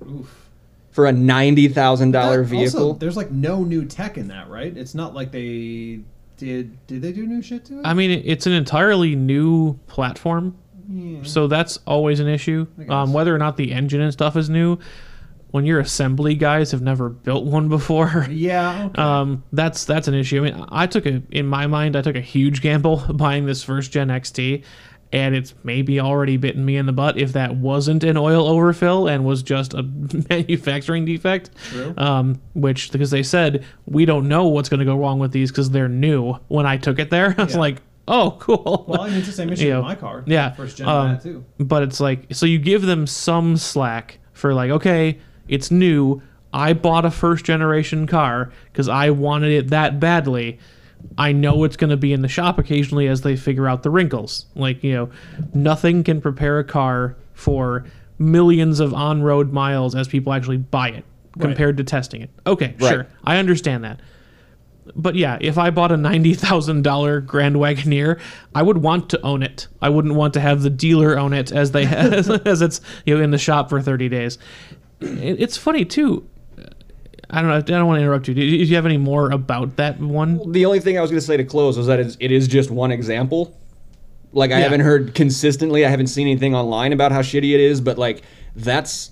Speaker 2: Oof.
Speaker 1: for a ninety thousand dollar
Speaker 2: That- Also,
Speaker 1: vehicle.
Speaker 2: there's like no new tech in that, right? It's not like they did. Did they do new shit to it?
Speaker 3: I mean, it- it's an entirely new platform,
Speaker 2: Yeah.
Speaker 3: so that's always an issue.
Speaker 2: guess.
Speaker 3: Um, whether or not the engine and stuff is new, when your assembly guys have never built one before.
Speaker 2: [laughs] Yeah. okay.
Speaker 3: Um, that's that's an issue. I mean, I took a in my mind, I took a huge gamble [laughs] buying this first gen XT, and it's maybe already bitten me in the butt if that wasn't an oil overfill and was just a [laughs] manufacturing defect.
Speaker 2: True.
Speaker 3: Um, which because they said we don't know what's going to go wrong with these because they're new. When I took it there, [laughs] I was
Speaker 2: Yeah.
Speaker 3: like, oh, cool.
Speaker 2: well, I mean, it's the same issue
Speaker 3: you know,
Speaker 2: with my car.
Speaker 3: yeah,
Speaker 2: First gen
Speaker 3: um,
Speaker 2: that too.
Speaker 3: but it's like so you give them some slack for like okay it's new i bought a first generation car because i wanted it that badly i know it's going to be in the shop occasionally as they figure out the wrinkles like you know nothing can prepare a car for millions of on-road miles as people actually buy it compared to testing it okay
Speaker 1: Right.
Speaker 3: sure i understand that but yeah, if I bought a ninety thousand dollar Grand Wagoneer, I would want to own it. I wouldn't want to have the dealer own it as they [laughs] as, as it's you know in the shop for thirty days. It, it's funny too. I don't know. I don't want to interrupt you. Do, you- do you have any more about that one?
Speaker 1: The only thing I was going to say to close was that it's, it is just one example. Like I
Speaker 3: Yeah.
Speaker 1: haven't heard consistently, I haven't seen anything online about how shitty it is, but like that's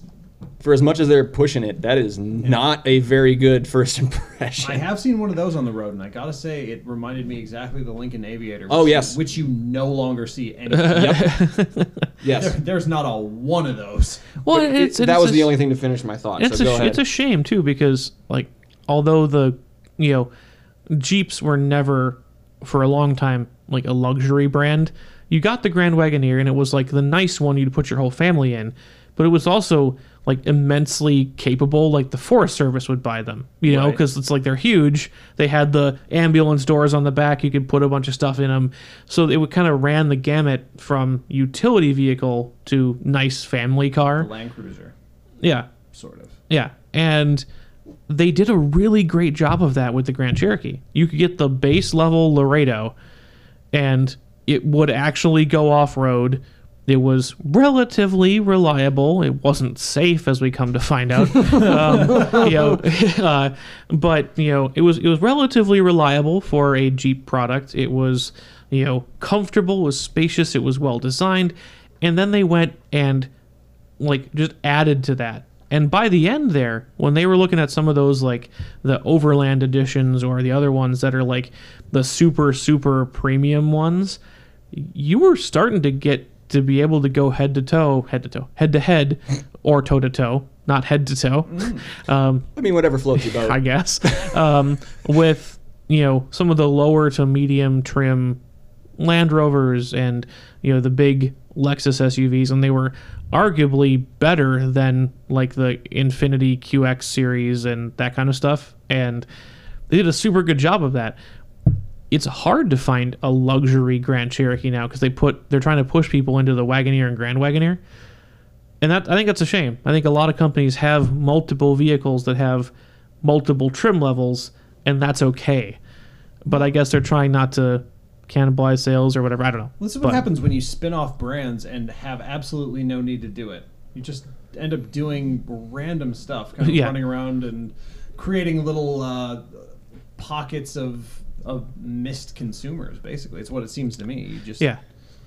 Speaker 1: for as much as they're pushing it, that is not a very good first [laughs] impression.
Speaker 2: I have seen one of those on the road, and I gotta say, it reminded me exactly of the Lincoln Aviator.
Speaker 1: Oh,
Speaker 2: which-
Speaker 1: yes.
Speaker 2: which you no longer
Speaker 3: [laughs]
Speaker 2: see anymore. There-
Speaker 1: yes.
Speaker 2: there's not a one of those.
Speaker 3: Well,
Speaker 1: It- that was the only thing to finish my thought.
Speaker 3: It's
Speaker 1: so go
Speaker 3: a sh-
Speaker 1: ahead.
Speaker 3: it's a shame too because like although the you know Jeeps were never for a long time like a luxury brand, you got the Grand Wagoneer and it was like the nice one you'd put your whole family in, but it was also like immensely capable. Like the Forest Service would buy them, you know,
Speaker 2: Right.
Speaker 3: because it's like they're huge. They had the ambulance doors on the back; you could put a bunch of stuff in them. So it would kind of ran the gamut from utility vehicle to nice family car.
Speaker 2: Land Cruiser,
Speaker 3: Yeah,
Speaker 2: sort of.
Speaker 3: yeah, and they did a really great job of that with the Grand Cherokee. You could get the base level Laredo, and it would actually go off road. It was relatively reliable. It wasn't safe, as we come to find out. um, [laughs] you know, uh, but you know, it was it was relatively reliable for a Jeep product. It was you know comfortable, was spacious, it was well designed, and then they went and like just added to that. And by the end there, when they were looking at some of those like the overland editions or the other ones that are like the super super premium ones, you were starting to get to be able to go head to toe, head to toe, head to head or toe to toe, not head to toe. Um
Speaker 1: I mean, whatever floats your boat.
Speaker 3: [laughs] I guess, um, with you know some of the lower to medium trim Land Rovers and you know the big Lexus SUVs, and they were arguably better than like the Infinity QX series and that kind of stuff, and they did a super good job of that. It's hard to find a luxury Grand Cherokee now because they put they're trying to push people into the Wagoneer and Grand Wagoneer and that I think that's a shame. I think a lot of companies have multiple vehicles that have multiple trim levels, and that's okay. But I guess they're trying not to cannibalize sales or whatever. I don't know.
Speaker 2: Well, this is what
Speaker 3: But-
Speaker 2: happens when you spin off brands and have absolutely no need to do it. You just end up doing random stuff, kind of
Speaker 3: Yeah.
Speaker 2: running around and creating little uh, pockets of of missed consumers. Basically, it's what it seems to me. You just
Speaker 3: Yeah,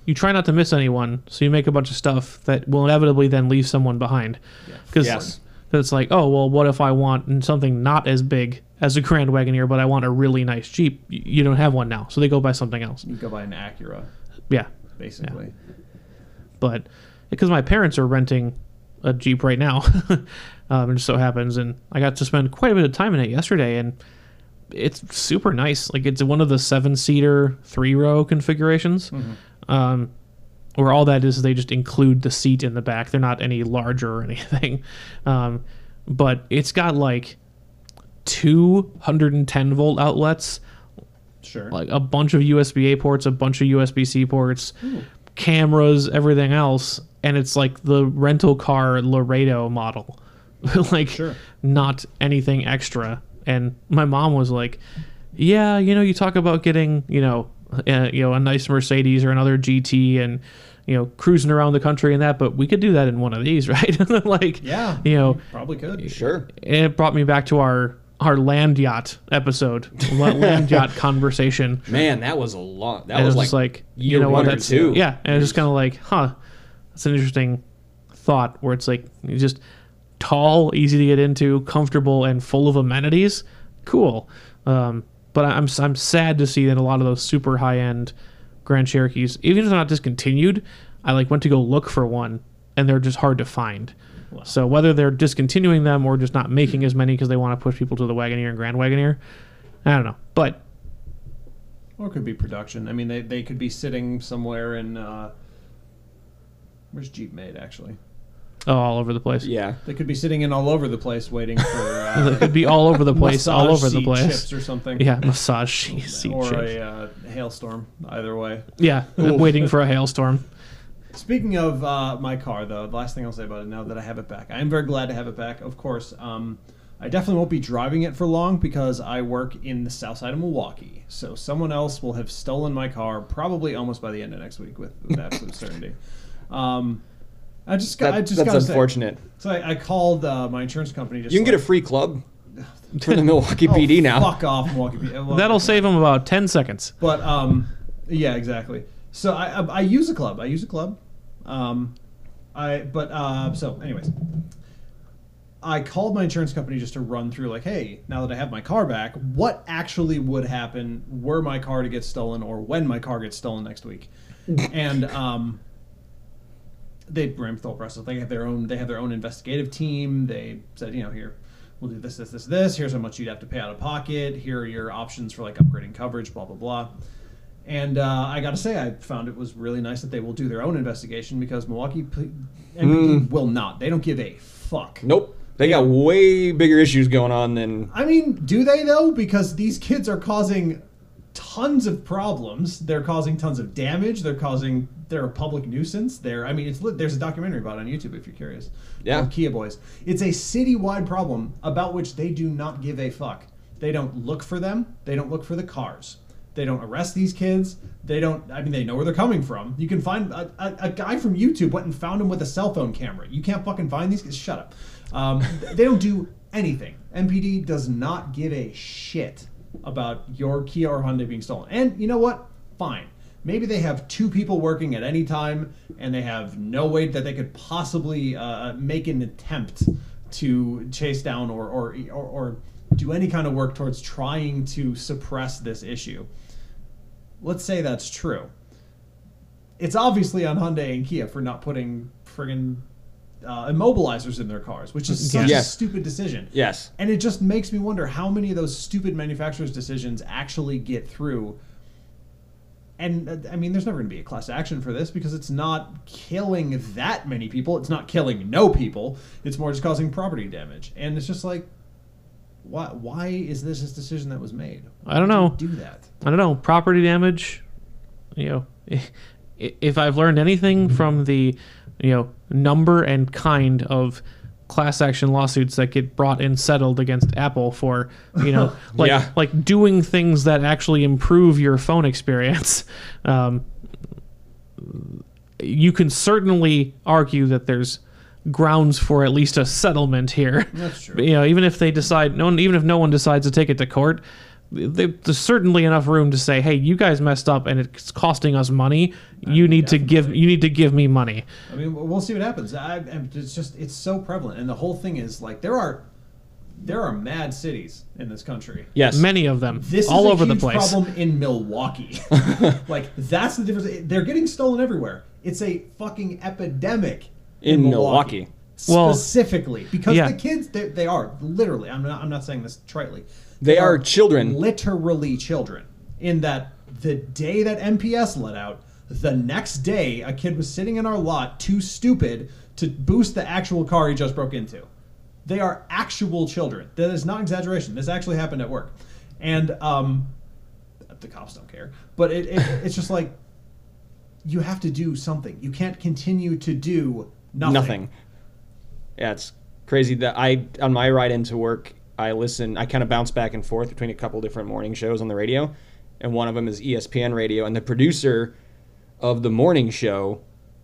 Speaker 3: you try not to miss anyone, so you make a bunch of stuff that will inevitably then leave someone behind. Because
Speaker 1: Yes.
Speaker 3: it's like, oh well, what if I want something not as big as a Grand Wagoneer, but I want a really nice Jeep? Y- You don't have one now, so they go buy something else.
Speaker 2: you go by an Acura,
Speaker 3: Yeah,
Speaker 2: basically.
Speaker 3: but because my parents are renting a Jeep right now, [laughs] um, it just so happens, and I got to spend quite a bit of time in it yesterday, and it's super nice. Like it's one of the seven-seater, three-row configurations, um, where all that is is they just include the seat in the back. They're not any larger or [laughs] anything, um, but it's got like two hundred and ten volt outlets
Speaker 2: Sure.
Speaker 3: like a bunch of USB A ports, a bunch of USB C ports,
Speaker 2: Hmm.
Speaker 3: cameras, everything else, and it's like the rental car Laredo model, [laughs] like
Speaker 2: Sure.
Speaker 3: not anything extra. And my mom was like, "Yeah, you know, you talk about getting, you know, uh, you know, a nice Mercedes or another GT, and you know, cruising around the country and that, but we could do that in one of these, [laughs] right? like,
Speaker 2: Yeah.
Speaker 3: you know,
Speaker 2: Probably could.
Speaker 3: [laughs]
Speaker 1: Sure.
Speaker 3: and it brought me back to our." Our land yacht
Speaker 2: [laughs]
Speaker 3: episode, la- land yacht conversation
Speaker 1: Man, that was a lot. That
Speaker 3: and
Speaker 1: was
Speaker 3: it was
Speaker 1: like,
Speaker 3: just like you
Speaker 1: year
Speaker 3: know
Speaker 1: one
Speaker 3: what
Speaker 1: or
Speaker 3: that's
Speaker 1: two.
Speaker 3: yeah and it's just kind of like huh that's an interesting thought where it's like you just tall, easy to get into, comfortable, and full of amenities, cool. Um, but I- I'm s- I'm sad to see that a lot of those super high end Grand Cherokees, even if they're not discontinued, I like went to go look for one, and they're just hard to find. So whether they're discontinuing them or just not making as many because they want to push people to the Wagoneer and Grand Wagoneer, I don't know. But
Speaker 2: Or it could be production. I mean, they, they could be sitting somewhere in. Uh, where's Jeep made, actually?
Speaker 3: oh, all over the place.
Speaker 1: Yeah.
Speaker 2: They could be sitting in all over the place waiting for.
Speaker 3: They
Speaker 2: Uh,
Speaker 3: could be
Speaker 2: [laughs]
Speaker 3: all over the [laughs] place, all
Speaker 2: massage
Speaker 3: over the
Speaker 2: seat
Speaker 3: place.
Speaker 2: Chips or something.
Speaker 3: Yeah, massage [laughs] she- seat
Speaker 2: or
Speaker 3: chips.
Speaker 2: a uh, hailstorm, either way.
Speaker 3: Yeah, waiting for
Speaker 2: [laughs]
Speaker 3: a hailstorm.
Speaker 2: Speaking of uh, my car, though, the last thing I'll say about it now that I have it back, I am very glad to have it back. Of course, um, I definitely won't be driving it for long because I work in the south side of Milwaukee. So someone else will have stolen my car probably almost by the end of next week with,
Speaker 1: [laughs]
Speaker 2: with absolute certainty. Um, I just got.
Speaker 1: That-
Speaker 2: I just
Speaker 1: that's
Speaker 2: gotta say-
Speaker 1: unfortunate.
Speaker 2: so I, I called uh, my insurance company. Just
Speaker 1: You can get a
Speaker 2: like,
Speaker 1: free
Speaker 2: [laughs]
Speaker 1: club for the Milwaukee
Speaker 2: "Oh,
Speaker 1: PD now.
Speaker 2: Fuck off, Milwaukee PD.
Speaker 3: That'll save him about ten seconds.
Speaker 2: But um, yeah, exactly. So I, I, I use a club. I use a club. Um, I but uh, so anyways, I called my insurance company just to run through like, hey, now that I have my car back, what actually would happen were my car to get stolen or when my car gets stolen next week, and um. They ran through the whole process. They have their own. They have their own investigative team. They said, you know, here we'll do this, this, this, this. Here's how much you'd have to pay out of pocket. Here are your options for like upgrading coverage. Blah blah blah. And uh, I got to say, I found it was really nice that they will do their own investigation because Milwaukee P- MPD will not. They don't give a fuck.
Speaker 1: Nope. They got way bigger issues going on than
Speaker 2: I mean, do they though? Because these kids are causing tons of problems. They're causing tons of damage. They're causing they're a public nuisance. They're I mean, it's lit- there's a documentary about it on YouTube if you're curious.
Speaker 1: Yeah.
Speaker 2: called Kia Boys. It's a citywide problem about which they do not give a fuck. They don't look for them. They don't look for the cars. They don't arrest these kids. They don't. I mean, they know where they're coming from. You can find a, a, a guy from YouTube went and found him with a cell phone camera. You can't fucking find these kids. Shut up. Um, [laughs] they don't do anything. MPD does not give a shit about your Kia or Hyundai being stolen. And you know what? Fine. Maybe they have two people working at any time, and they have no way that they could possibly uh, make an attempt to chase down or or, or or do any kind of work towards trying to suppress this issue. Let's say that's true. It's obviously on Hyundai and Kia for not putting friggin' uh, immobilizers in their cars, which is such
Speaker 1: Yes.
Speaker 2: a stupid decision.
Speaker 1: Yes.
Speaker 2: And it just makes me wonder how many of those stupid manufacturers' decisions actually get through. And uh, I mean, there's never going to be a class action for this because it's not killing that many people. It's not killing no people. It's more just causing property damage. And it's just like, why? Why is this this decision that was made? Why
Speaker 3: I don't
Speaker 2: would you
Speaker 3: know.
Speaker 2: Do that.
Speaker 3: I don't know, property damage. You know, [laughs] i- if I've learned anything from the, you know, number and kind of class action lawsuits that get brought and settled against Apple for, you know, like
Speaker 1: Yeah.
Speaker 3: like doing things that actually improve your phone experience, [laughs] um, you can certainly argue that there's grounds for at least a settlement here. [laughs]
Speaker 2: That's true.
Speaker 3: But, you know, even if they decide, no, one, even if no one decides to take it to court, they, there's certainly enough room to say, hey, you guys messed up and it's costing us money. you need to give, you need to give me money.
Speaker 2: I mean, we'll- we'll see what happens. I, I'm- it's just it's so prevalent, and the whole thing is like there are there are mad cities in this country.
Speaker 1: Yes.
Speaker 3: Many of them,
Speaker 2: This
Speaker 3: all
Speaker 2: is a
Speaker 3: over
Speaker 2: huge
Speaker 3: the place.
Speaker 2: problem in
Speaker 3: [laughs]
Speaker 2: Milwaukee. like that's the difference. They're getting stolen everywhere. It's a fucking epidemic
Speaker 1: in
Speaker 2: Milwaukee.
Speaker 1: Milwaukee.
Speaker 3: Well-
Speaker 2: specifically because
Speaker 3: Yeah.
Speaker 2: the kids they, they are literally. I'm not I'm not saying this tritely.
Speaker 1: They are children.
Speaker 2: literally children. In that the day that MPS let out, the next day a kid was sitting in our lot, too stupid to boost the actual car he just broke into. They are actual children. That is not exaggeration. This actually happened at work, and um, the cops don't care. But it, [laughs] it it's just like you have to do something. You can't continue to do nothing.
Speaker 1: Nothing. Yeah, it's crazy that I on my ride into work, I listen. I kind of bounce back and forth between a couple different morning shows on the radio, and one of them is E ESPN Radio, and the producer of the morning show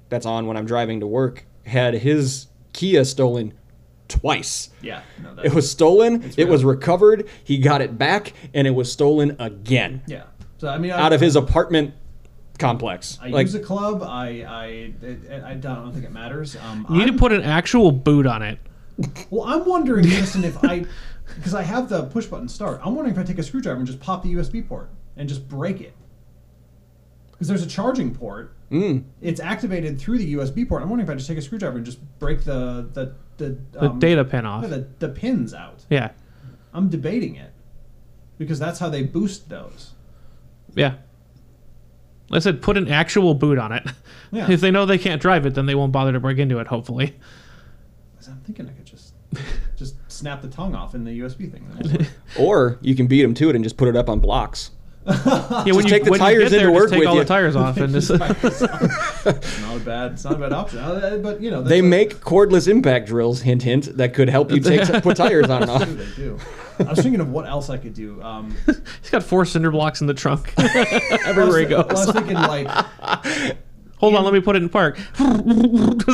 Speaker 1: that's on when I'm driving to work had his Kia stolen twice.
Speaker 2: Yeah. No, that,
Speaker 1: It was stolen, it
Speaker 2: real.
Speaker 1: was recovered, he got it back, and it was stolen again
Speaker 2: Yeah. So I mean, I,
Speaker 1: out of his apartment complex.
Speaker 2: I
Speaker 1: like
Speaker 2: use a club. I I I, I don't think it matters. Um,
Speaker 3: You need
Speaker 2: I'm-
Speaker 3: to put an actual boot on it.
Speaker 2: Well, I'm wondering, listen, if I, [laughs] because I have the push button start, I'm wondering if I take a screwdriver and just pop the USB port and just break it. Because there's a charging port.
Speaker 3: Hmm.
Speaker 1: Mm.
Speaker 2: It's activated through the USB port. I'm wondering if I just take a screwdriver and just break the the the,
Speaker 3: The
Speaker 2: um,
Speaker 3: data pin off.
Speaker 2: yeah, the, the pins out.
Speaker 3: yeah.
Speaker 2: I'm debating it because that's how they boost those.
Speaker 3: Yeah. I said put an actual boot on it.
Speaker 2: Yeah.
Speaker 3: [laughs] if they know they can't drive it, then they won't bother to break into
Speaker 1: [laughs]
Speaker 3: it, hopefully.
Speaker 2: 'Cause I'm thinking I could just just snap the tongue off in the USB thing. That won't work.
Speaker 1: Or you can beat them to it and just put it up on blocks.
Speaker 3: Yeah, when you,
Speaker 1: take the
Speaker 3: when you
Speaker 1: tires
Speaker 3: get there,
Speaker 1: into work
Speaker 3: just take
Speaker 1: with
Speaker 3: all
Speaker 1: you.
Speaker 3: the tires
Speaker 1: [laughs]
Speaker 3: off and just [laughs]
Speaker 2: it's not a bad, it's not a bad option. Uh, But you know,
Speaker 1: They
Speaker 2: that's a-
Speaker 1: make cordless impact drills, hint, hint, that could help you take put tires on and off.
Speaker 2: do, they do. I was thinking of what else I could do.
Speaker 3: [laughs]
Speaker 2: Um,
Speaker 3: He's got four cinder blocks in the trunk. [laughs]
Speaker 2: Everywhere
Speaker 1: he goes.
Speaker 2: I was thinking like I
Speaker 3: Hold on, let me put it in
Speaker 1: [laughs]
Speaker 3: park. [laughs] Just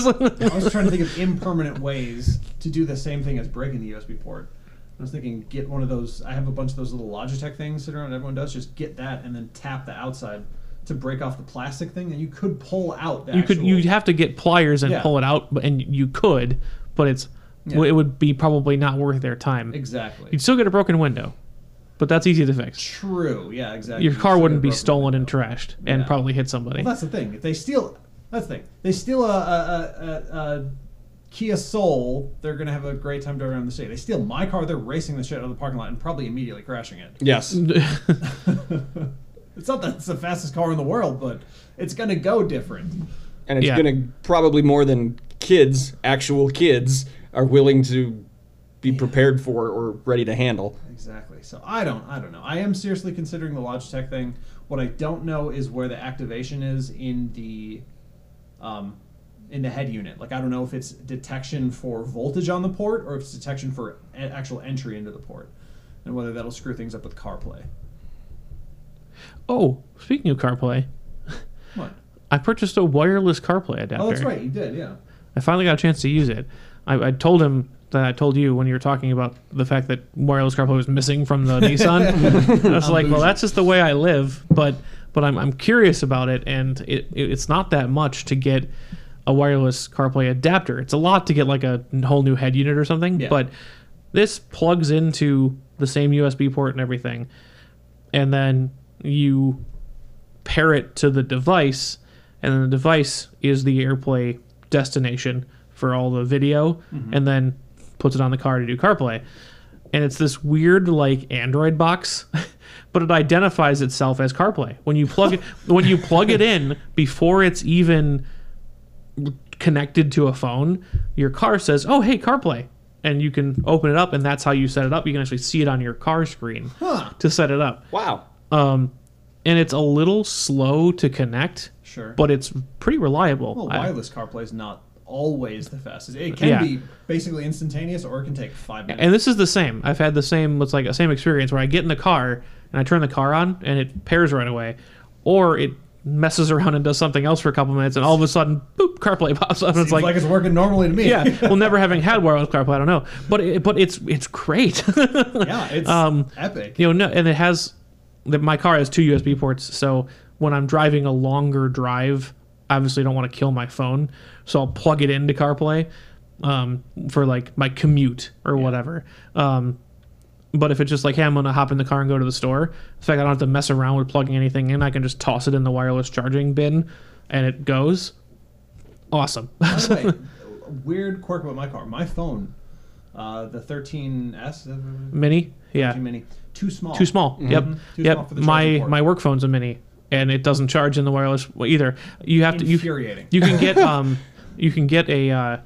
Speaker 3: like-
Speaker 2: was trying to
Speaker 3: [laughs]
Speaker 2: think of impermanent ways to do the same thing as breaking the USB port. I was thinking get one of those. I have a bunch of those little Logitech things that around. Everyone does. Just get that and then tap the outside to break off the plastic thing. And you could pull out. The
Speaker 3: you could
Speaker 2: actual-
Speaker 3: you'd have to get pliers and
Speaker 2: Yeah.
Speaker 3: pull it out, but- and you could, but it's
Speaker 2: Yeah.
Speaker 3: it would be probably not worth their time.
Speaker 2: exactly.
Speaker 3: You'd still get a broken window, but that's easy to fix.
Speaker 2: True. Yeah. Exactly.
Speaker 3: Your
Speaker 2: You
Speaker 3: car
Speaker 2: should
Speaker 3: wouldn't
Speaker 2: have
Speaker 3: be
Speaker 2: broken
Speaker 3: stolen
Speaker 2: it
Speaker 3: and
Speaker 2: up.
Speaker 3: trashed and
Speaker 2: Yeah.
Speaker 3: probably hit somebody.
Speaker 2: Well, that's the thing. If they steal, that's the thing. They steal a, a, a, a, a Kia Soul, they're gonna have a great time driving around the city. They steal my car, they're racing the shit out of the parking lot and probably immediately crashing it.
Speaker 1: Yes.
Speaker 2: It's not that it's the fastest car in the world, but it's gonna go different.
Speaker 1: And it's
Speaker 3: Yeah.
Speaker 1: going to probably more than kids, actual kids, are willing to be prepared for or ready to handle.
Speaker 2: Exactly. So I don't, I don't know. I am seriously considering the Logitech thing. What I don't know is where the activation is in the, um, in the head unit. Like I don't know if it's detection for voltage on the port or if it's detection for a- actual entry into the port, and whether that'll screw things up with CarPlay.
Speaker 3: oh, speaking of CarPlay,
Speaker 2: What?
Speaker 3: I purchased a wireless CarPlay adapter.
Speaker 2: Oh, that's right. You did, yeah.
Speaker 3: I finally got a chance to use it. I, I told him that I told you when you were talking about the fact that wireless CarPlay was missing from the Nissan. I was like, well, that's just the way I live. But but I'm, I'm curious about it, and it, it, it's not that much to get a wireless CarPlay adapter. It's a lot to get like a whole new head unit or something.
Speaker 2: Yeah.
Speaker 3: But this plugs into the same USB port and everything, and then you pair it to the device, and then the device is the AirPlay destination for all the video, and then puts it on the car to do CarPlay. And it's this weird like Android box, [laughs] but it identifies itself as CarPlay when you plug it when you plug it in before it's even connected to a phone. Your car says, "Oh, hey, CarPlay." And you can open it up, and that's how you set it up. You can actually see it on your car screen
Speaker 2: Huh.
Speaker 3: to set it up
Speaker 1: Wow.
Speaker 3: and it's a little slow to connect,
Speaker 2: Sure.
Speaker 3: but it's pretty reliable.
Speaker 2: well,
Speaker 3: I-
Speaker 2: wireless CarPlay is not always the fastest. It can
Speaker 3: Yeah.
Speaker 2: be basically instantaneous, or it can take five minutes.
Speaker 3: and this is the same. I've had the same. It's like a same experience where I get in the car and I turn the car on and it pairs right away, or it messes around and does something else for a couple minutes, and all of a sudden, boop, CarPlay pops up. And it's
Speaker 2: Seems like,
Speaker 3: like,
Speaker 2: it's working normally to me.
Speaker 3: yeah. Well, never having had wireless CarPlay, I don't know, but it, but it's it's great.
Speaker 2: [laughs]
Speaker 3: [laughs]
Speaker 2: yeah. It's
Speaker 3: Um,
Speaker 2: epic.
Speaker 3: you know, no, and it has that my car has two USB ports, so when I'm driving a longer drive, obviously don't want to kill my phone, so I'll plug it into CarPlay um, for like my commute or whatever. Um, but if it's just like, hey, I'm gonna hop in the car and go to the store, the fact I don't have to mess around with plugging anything in, I can just toss it in the wireless charging bin, and it goes. Awesome. [laughs]
Speaker 2: By the way, a weird quirk about my car. My phone, uh, the 13S, uh,
Speaker 3: Mini, yeah.
Speaker 2: too many, too small. Mm-hmm.
Speaker 3: Too small. Yep.
Speaker 2: Too
Speaker 3: yep.
Speaker 2: small for the charging
Speaker 3: my
Speaker 2: port.
Speaker 3: my work phone's a mini, and it doesn't charge in the wireless either. You have to. You,
Speaker 2: Infuriating.
Speaker 3: you
Speaker 2: [laughs]
Speaker 3: can get um, you can get a uh,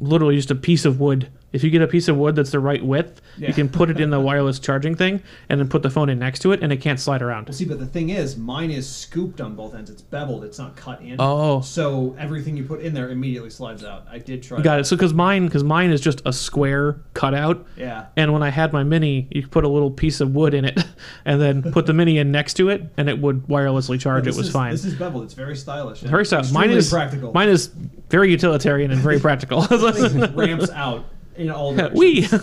Speaker 3: literally just a piece of wood. If you get a piece of wood that's the right width,
Speaker 2: Yeah. [laughs]
Speaker 3: you can put it in the wireless charging thing, and then put the phone in next to it, and it can't slide around.
Speaker 2: See, but the thing is, mine is scooped on both ends. It's beveled. It's not cut in.
Speaker 3: Oh.
Speaker 2: So everything you put in there immediately slides out. I did try.
Speaker 3: Got it. So because mine because mine is just a square cutout.
Speaker 2: Yeah.
Speaker 3: And when I had my mini, you could put a little piece of wood in it, [laughs] and then put the mini in next to it, and it would wirelessly charge.
Speaker 2: This
Speaker 3: it was
Speaker 2: is-
Speaker 3: fine.
Speaker 2: This is beveled. It's very stylish. and
Speaker 3: Very stuff. Mine
Speaker 2: extremely
Speaker 3: is
Speaker 2: practical.
Speaker 3: Mine is very utilitarian and
Speaker 2: [laughs]
Speaker 3: very practical. [laughs]
Speaker 2: It ramps out in all directions.
Speaker 3: we [laughs]
Speaker 2: So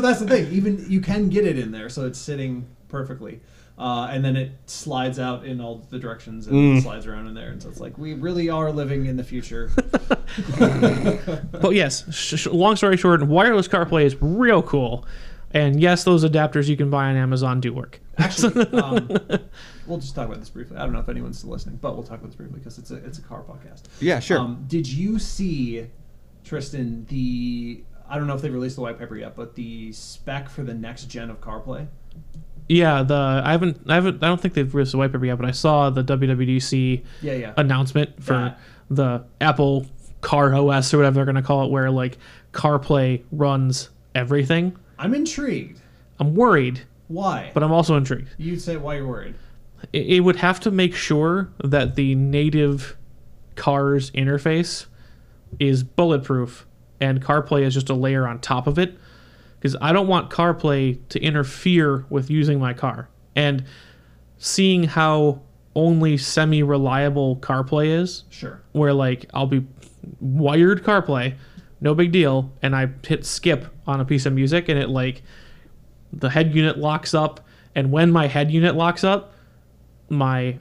Speaker 2: that's the thing. Even you can get it in there, so it's sitting perfectly. uh, and then it slides out in all the directions and
Speaker 1: Mm.
Speaker 2: slides around in there, and so it's like we really are living in the
Speaker 1: [laughs]
Speaker 2: future.
Speaker 3: But yes, sh- sh- long story short, wireless CarPlay is real cool. And yes, those adapters you can buy on Amazon do work. [laughs]
Speaker 2: Actually, um, we'll just talk about this briefly. I don't know if anyone's still listening, but we'll talk about this briefly because it's a it's a car podcast.
Speaker 1: Yeah, sure.
Speaker 2: Um, did you see Tristan the? I don't know if they released the white paper yet, but the spec for the next gen of CarPlay.
Speaker 3: Yeah, the I haven't I haven't I don't think they've released the white paper yet, but I saw the WWDC
Speaker 2: Yeah, yeah.
Speaker 3: announcement for
Speaker 2: That.
Speaker 3: the Apple Car OS or whatever they're gonna call it, where like CarPlay runs everything.
Speaker 2: I'm intrigued.
Speaker 3: I'm worried,
Speaker 2: Why?
Speaker 3: but I'm also intrigued.
Speaker 2: You'd say why you're worried.
Speaker 3: it it would have to make sure that the native car's interface is bulletproof and CarPlay is just a layer on top of it because I don't want CarPlay to interfere with using my car. And seeing how only semi reliable CarPlay is,
Speaker 2: Sure.
Speaker 3: where like I'll be wired CarPlay, no big deal, and I hit skip on a piece of music and it like the head unit locks up and when my head unit locks up, my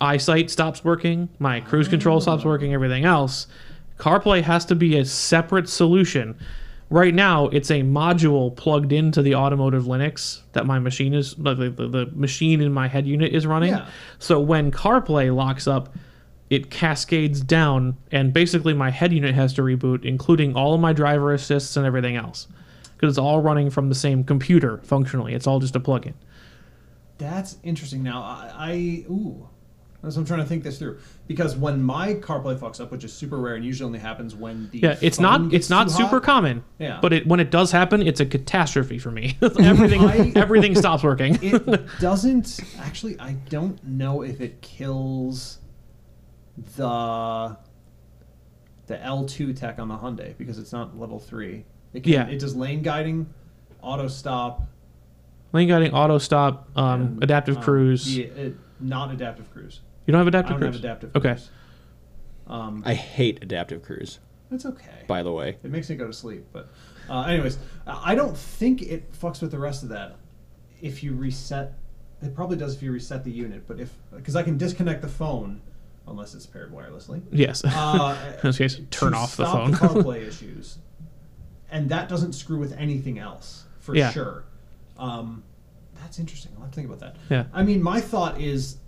Speaker 3: eyesight stops working, my cruise control stops working, everything else. CarPlay has to be a separate solution. Right now, it's a module plugged into the automotive Linux that my machine is, the, the, the machine in my head unit is running.
Speaker 2: Yeah.
Speaker 3: So when CarPlay locks up, it cascades down, and basically my head unit has to reboot, including all of my driver assists and everything else, because it's all running from the same computer functionally. It's all just a plugin.
Speaker 2: That's interesting. Now, I, I ooh, that's, I'm trying to think this through because when my CarPlay fucks up, which is super rare and usually only happens when the
Speaker 3: Yeah, it's
Speaker 2: phone
Speaker 3: not
Speaker 2: gets
Speaker 3: it's not
Speaker 2: too
Speaker 3: super
Speaker 2: hot,
Speaker 3: common.
Speaker 2: Yeah.
Speaker 3: But it, when it does happen, it's a catastrophe for me. [laughs] everything
Speaker 2: I-
Speaker 3: everything stops working.
Speaker 2: [laughs] it doesn't actually. I don't know if it kills the the L2 tech on the Hyundai because it's not level three. It can,
Speaker 3: Yeah.
Speaker 2: it does lane guiding, auto stop,
Speaker 3: Lane guiding, auto stop, um,
Speaker 2: and,
Speaker 3: adaptive
Speaker 2: um,
Speaker 3: cruise.
Speaker 2: Yeah, it, not adaptive cruise.
Speaker 3: You don't have
Speaker 2: I
Speaker 3: adaptive
Speaker 2: don't
Speaker 3: cruise.
Speaker 2: have adaptive.
Speaker 3: Okay.
Speaker 2: Cruise. Um,
Speaker 1: I hate adaptive cruise,
Speaker 2: it's okay.
Speaker 1: by the way.
Speaker 2: It makes me go to sleep. But, uh, anyways, I I don't think it fucks with the rest of that. If you reset, it probably does if you reset the unit. But if because I can disconnect the phone unless it's paired wirelessly.
Speaker 3: Yes. [laughs]
Speaker 2: Uh,
Speaker 3: In this case,
Speaker 2: to
Speaker 3: turn off the
Speaker 2: stop
Speaker 3: phone. [laughs]
Speaker 2: CarPlay issues, and that doesn't screw with anything else for
Speaker 3: Yeah.
Speaker 2: sure. Um, that's interesting. I'll have to think about that.
Speaker 3: Yeah.
Speaker 2: I mean, my thought is,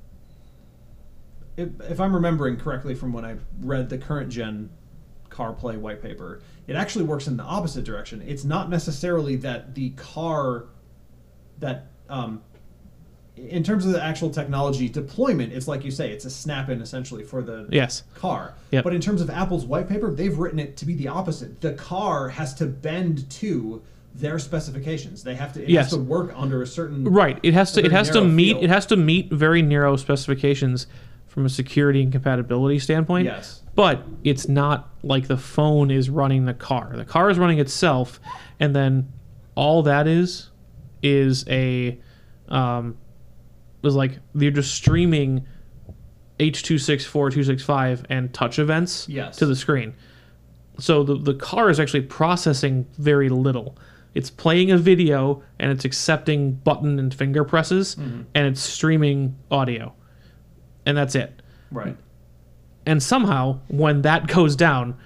Speaker 2: if, if I'm remembering correctly from when I read the current gen CarPlay white paper, it actually works in the opposite direction. It's not necessarily that the car that um, in terms of the actual technology deployment, it's like you say, it's a snap in essentially for the
Speaker 3: yes.
Speaker 2: car.
Speaker 3: Yep.
Speaker 2: But in terms of Apple's white paper, they've written it to be the opposite. The car has to bend to their specifications. They have to it
Speaker 3: Yes.
Speaker 2: has to work under a certain
Speaker 3: Right. It has to
Speaker 2: a
Speaker 3: it
Speaker 2: very
Speaker 3: has to
Speaker 2: narrow
Speaker 3: meet
Speaker 2: field.
Speaker 3: it has to meet very narrow specifications from a security and compatibility standpoint.
Speaker 2: Yes.
Speaker 3: But it's not like the phone is running the car. The car is running itself, and then all that is is a um, was like they're just streaming H two six four two six five and touch events
Speaker 2: Yes.
Speaker 3: to the screen. So the the car is actually processing very little. It's playing a video and it's accepting button and finger presses and it's streaming audio. And that's it
Speaker 2: Right.
Speaker 3: and somehow when that goes down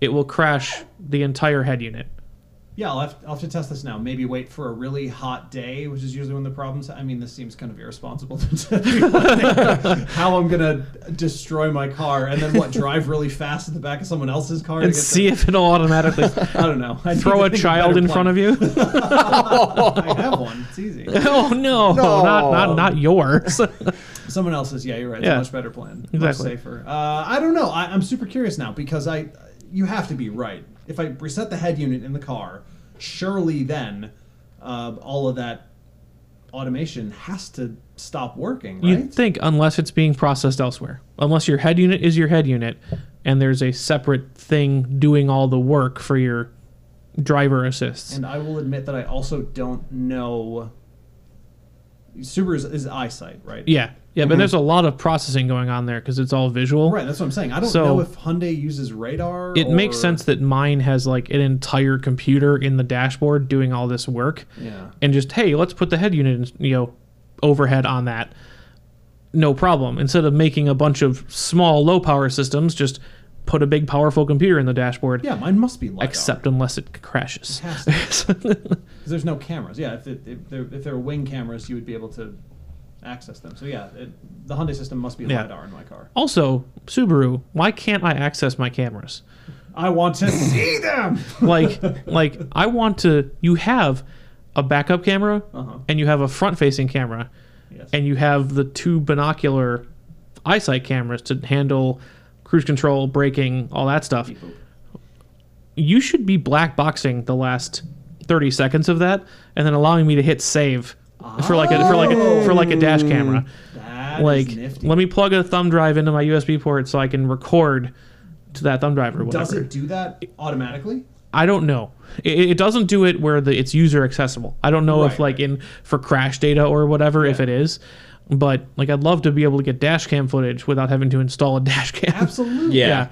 Speaker 3: it will crash the entire head unit
Speaker 2: Yeah, I'll have, I'll have to test this now. Maybe wait for a really hot day, which is usually when the problems. I mean, this seems kind of irresponsible [laughs] to me. how I'm gonna destroy my car and then what? Drive really fast at the back of someone else's car
Speaker 3: and
Speaker 2: to get
Speaker 3: see if it'll automatically
Speaker 2: The, I don't know. I
Speaker 3: throw a child in front of you [laughs]
Speaker 2: I have one. It's easy.
Speaker 3: oh no, not not not yours
Speaker 2: Someone else's. Yeah, you're right. It's
Speaker 3: Yeah.
Speaker 2: a much better plan. Much
Speaker 3: Exactly.
Speaker 2: safer. Uh, I don't know. I, I'm super curious now because I, you have to be right. If I reset the head unit in the car, surely then uh, all of that automation has to stop working, right?
Speaker 3: you'd think unless it's being processed elsewhere unless your head unit is your head unit and there's a separate thing doing all the work for your driver assists
Speaker 2: And I will admit that I also don't know. Subaru's is eyesight, right?
Speaker 3: yeah yeah but there's a lot of processing going on there because it's all visual
Speaker 2: Mhm. Right. That's what I'm saying. I don't
Speaker 3: So-
Speaker 2: know if Hyundai uses radar.
Speaker 3: it makes
Speaker 2: or-
Speaker 3: sense that mine has like an entire computer in the dashboard doing all this work
Speaker 2: Yeah.
Speaker 3: and just hey let's put the head unit in, you know overhead on that, no problem. Instead of making a bunch of small low power systems, just put a big powerful computer in the dashboard.
Speaker 2: Yeah, mine must be LiDAR.
Speaker 3: Except unless it crashes. [laughs]
Speaker 2: Has to. 'Cause there's no cameras. Yeah, if, it, if, there, if there were wing cameras, you would be able to access them. So yeah, it, the Hyundai system must be
Speaker 3: Yeah.
Speaker 2: lidar in my car.
Speaker 3: also, Subaru, why can't I access my cameras?
Speaker 2: I want
Speaker 1: [laughs]
Speaker 2: to see them.
Speaker 3: like like I want to you have a backup camera
Speaker 2: Uh-huh.
Speaker 3: and you have a front facing camera
Speaker 2: Yes.
Speaker 3: and you have the two binocular eyesight cameras to handle cruise control, braking, all that stuff.
Speaker 2: Beep boop.
Speaker 3: You should be black boxing the last 30 seconds of that and then allowing me to hit save for like a for like a for like a dash camera.
Speaker 2: That is
Speaker 3: Like
Speaker 2: nifty.
Speaker 3: let me plug a thumb drive into my USB port so I can record to that thumb drive or whatever.
Speaker 2: Does it do that automatically?
Speaker 3: I don't know. It, it doesn't do it where the it's user accessible. I don't know if
Speaker 2: Right,
Speaker 3: like in for crash data or whatever if
Speaker 2: Yeah.
Speaker 3: it is, but like I'd love to be able to get dash cam footage without having to install a [laughs] dash cam.
Speaker 2: Absolutely.
Speaker 3: Yeah.
Speaker 1: Yeah.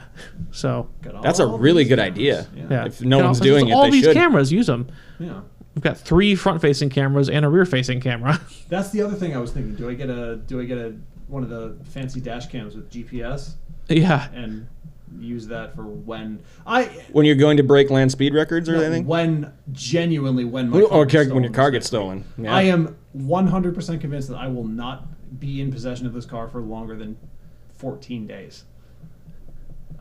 Speaker 3: So
Speaker 2: Got
Speaker 1: That's a
Speaker 2: all
Speaker 1: really
Speaker 2: these
Speaker 1: good
Speaker 2: cameras.
Speaker 1: idea.
Speaker 3: yeah,
Speaker 1: If no
Speaker 3: And
Speaker 1: one's
Speaker 3: also just
Speaker 1: doing it,
Speaker 3: all
Speaker 1: they
Speaker 3: these
Speaker 1: should.
Speaker 3: cameras use them.
Speaker 2: Yeah.
Speaker 3: We've got three front-facing cameras and a rear-facing camera. [laughs]
Speaker 2: That's the other thing I was thinking. Do I get a do I get a one of the fancy dash cams with GPS
Speaker 3: yeah,
Speaker 2: and use that for when I
Speaker 1: When you're going to break land speed records or anything?
Speaker 2: when genuinely when my
Speaker 1: Or
Speaker 2: car
Speaker 1: ca-
Speaker 2: gets
Speaker 1: when your
Speaker 2: stolen
Speaker 1: car
Speaker 2: is
Speaker 1: gets stolen. Yeah.
Speaker 2: I am 100% convinced that I will not be in possession of this car for longer than 14 days.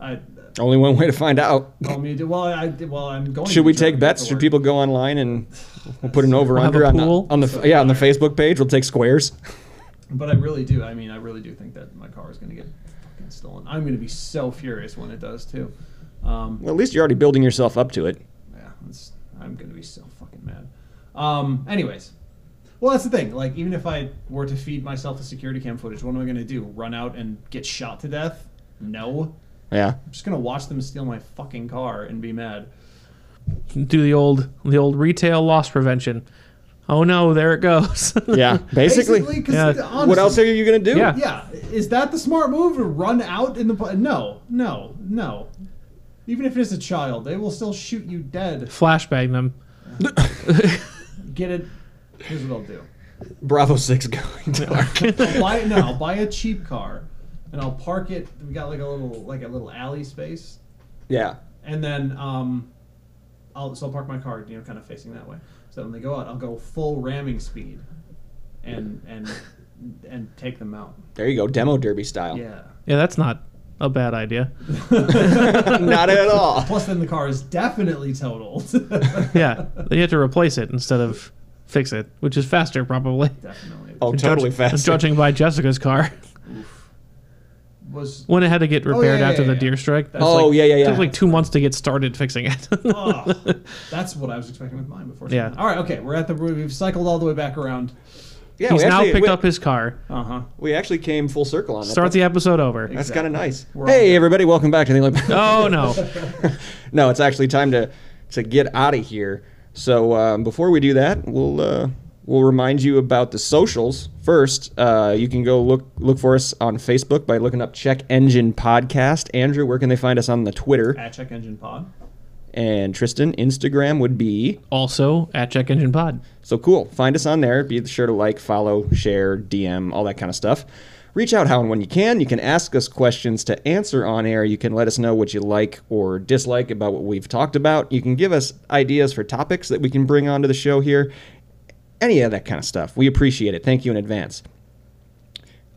Speaker 2: I,
Speaker 1: Only one way to find out.
Speaker 2: well, I mean, well, I, well, I'm going. to
Speaker 1: Should we
Speaker 2: be
Speaker 1: take
Speaker 2: driving
Speaker 1: bets?
Speaker 2: to
Speaker 1: Should
Speaker 2: work.
Speaker 1: people go online and we'll put an over
Speaker 3: have
Speaker 1: under
Speaker 3: a
Speaker 1: on the,
Speaker 3: pool?
Speaker 1: on the yeah on the Facebook page? We'll take squares.
Speaker 2: But I really do. I mean, I really do think that my car is going to get fucking stolen. I'm going to be so furious when it does too. Um,
Speaker 1: Well, at least you're already building yourself up to it.
Speaker 2: yeah, it's, I'm going to be so fucking mad. Um, anyways, well, that's the thing. Like, even if I were to feed myself the security cam footage, what am I going to do? Run out and get shot to death? No.
Speaker 1: Yeah.
Speaker 2: I'm just gonna watch them steal my fucking car and be mad.
Speaker 3: do the old the old retail loss prevention. Oh no, there it goes. [laughs]
Speaker 1: Yeah. Basically.
Speaker 2: 'cause
Speaker 3: Yeah.
Speaker 2: honestly,
Speaker 1: what else are you gonna do?
Speaker 3: Yeah.
Speaker 2: Yeah, is that the smart move to run out in the? bu- No, no, no. Even if it's a child, they will still shoot you dead.
Speaker 3: Flashbang them.
Speaker 2: Get it? Here's what I'll do.
Speaker 1: Bravo six going
Speaker 3: [laughs]
Speaker 1: dark.
Speaker 2: I'll buy no. I'll buy a cheap car, and I'll park it. We got like a little like a little alley space,
Speaker 1: yeah.
Speaker 2: and then um, I'll so I'll park my car, you know, kind of facing that way. So when they go out, I'll go full ramming speed, and and and take them out.
Speaker 1: There you go. Demo derby style.
Speaker 2: Yeah.
Speaker 3: Yeah, that's not a bad idea.
Speaker 1: [laughs] Not at all.
Speaker 2: Plus, then the car is definitely totaled. [laughs]
Speaker 3: Yeah, [laughs] you have to replace it instead of fix it, which is faster probably.
Speaker 2: definitely.
Speaker 1: Oh, [laughs] totally
Speaker 3: Judge-
Speaker 1: fast.
Speaker 3: Judging by Jessica's car, [laughs]
Speaker 1: [laughs]
Speaker 2: Was
Speaker 3: when it had to get repaired
Speaker 2: yeah,
Speaker 3: after
Speaker 2: yeah,
Speaker 3: the
Speaker 2: yeah.
Speaker 3: deer strike. that's
Speaker 1: Oh
Speaker 3: like,
Speaker 1: yeah, yeah, yeah.
Speaker 3: Took like two months to get started fixing it. [laughs]
Speaker 2: oh, that's what I was expecting with mine before.
Speaker 3: Yeah.
Speaker 2: All right. Okay. We're at the. We've cycled all the way back around.
Speaker 1: yeah,
Speaker 3: He's
Speaker 1: we
Speaker 3: now
Speaker 1: actually- Oh,
Speaker 3: picked
Speaker 1: we,
Speaker 3: up his car.
Speaker 2: Uh huh.
Speaker 1: We actually came full circle on that.
Speaker 3: Start the episode over.
Speaker 1: [laughs] That's kind of nice.
Speaker 2: We're all
Speaker 1: hey,
Speaker 2: good.
Speaker 1: everybody, welcome back to the Olympic.
Speaker 3: Oh no!
Speaker 1: no, it's actually time to to get out of here. So um, before we do that, we'll uh, we'll remind you about the socials first. Uh, you can go look look for us on Facebook by looking up Check Engine Podcast. Andrew, where can they find us on the Twitter?
Speaker 2: At check engine pod.
Speaker 1: And Tristan, Instagram would be
Speaker 3: Also at Check Engine Pod.
Speaker 1: so cool. Find us on there. Be sure to like, follow, share, DM, all that kind of stuff. Reach out how and when you can. You can ask us questions to answer on air. You can let us know what you like or dislike about what we've talked about. You can give us ideas for topics that we can bring onto the show here. Any of that kind of stuff. We appreciate it. Thank you in advance.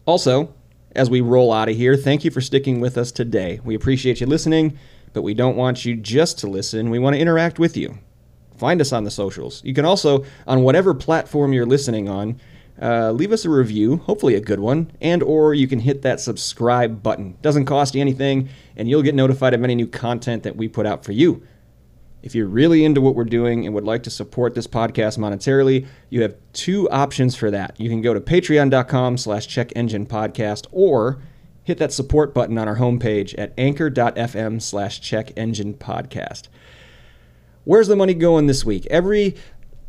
Speaker 1: Also, as we roll out of here, thank you for sticking with us today. We appreciate you listening, but we don't want you just to listen. We want to interact with you. Find us on the socials. You can also, on whatever platform you're listening on, uh, leave us a review, hopefully a good one, and or you can hit that subscribe button. Doesn't cost you anything, and you'll get notified of any new content that we put out for you. If you're really into what we're doing and would like to support this podcast monetarily, you have two options for that. You can go to patreon.com slash check engine podcast or hit that support button on our homepage at anchor.fm slash check engine podcast. Where's the money going this week? Every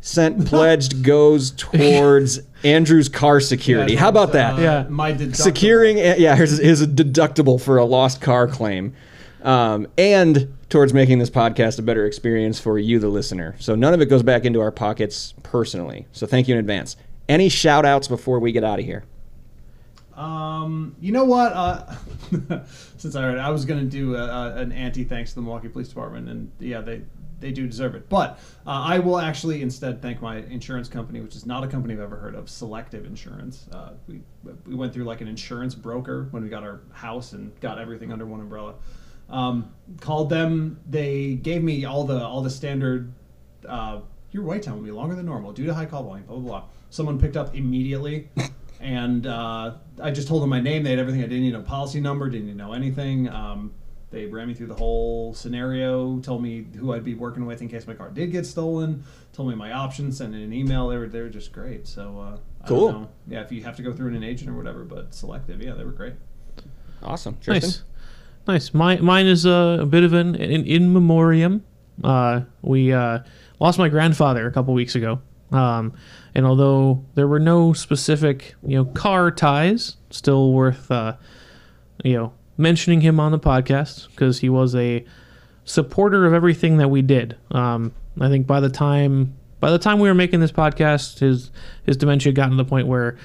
Speaker 1: cent pledged goes towards Andrew's car security. How about that?
Speaker 2: Uh,
Speaker 3: Yeah.
Speaker 2: My deductible.
Speaker 1: securing eh, yeah here's his deductible for a lost car claim um, and towards making this podcast a better experience for you the listener so none of it goes back into our pockets personally so thank you in advance Any shout outs before we get out of here?
Speaker 2: Um, you know what? Uh, [laughs] since I I was going to do a, a, an anti thanks to the Milwaukee Police Department, and yeah, they they do deserve it. But uh, I will actually instead thank my insurance company, which is not a company I've ever heard of, Selective Insurance. Uh, we we went through like an insurance broker when we got our house and got everything under one umbrella. Um, called them. They gave me all the all the standard. Uh, your wait time will be longer than normal due to high call volume. Blah blah blah. Someone picked up [laughs] immediately. and uh, I just told them my name. They had everything. I didn't need a policy number. Didn't need to know anything. Um, they ran me through the whole scenario. Told me who I'd be working with in case my car did get stolen. Told me my options. Sent in an email. They were they were just great. So uh, I don't
Speaker 1: Cool.
Speaker 2: know. Yeah, if you have to go through an agent or whatever, but selective. Yeah, they were great.
Speaker 1: Awesome. Tristan?
Speaker 3: Nice, nice. My mine is uh, a bit of an, an in memoriam. Uh, we uh, lost my grandfather a couple weeks ago, um, and although there were no specific you know car ties, still worth uh, you know mentioning him on the podcast because he was a supporter of everything that we did. Um, I think by the time by the time we were making this podcast, his his dementia had gotten to the point where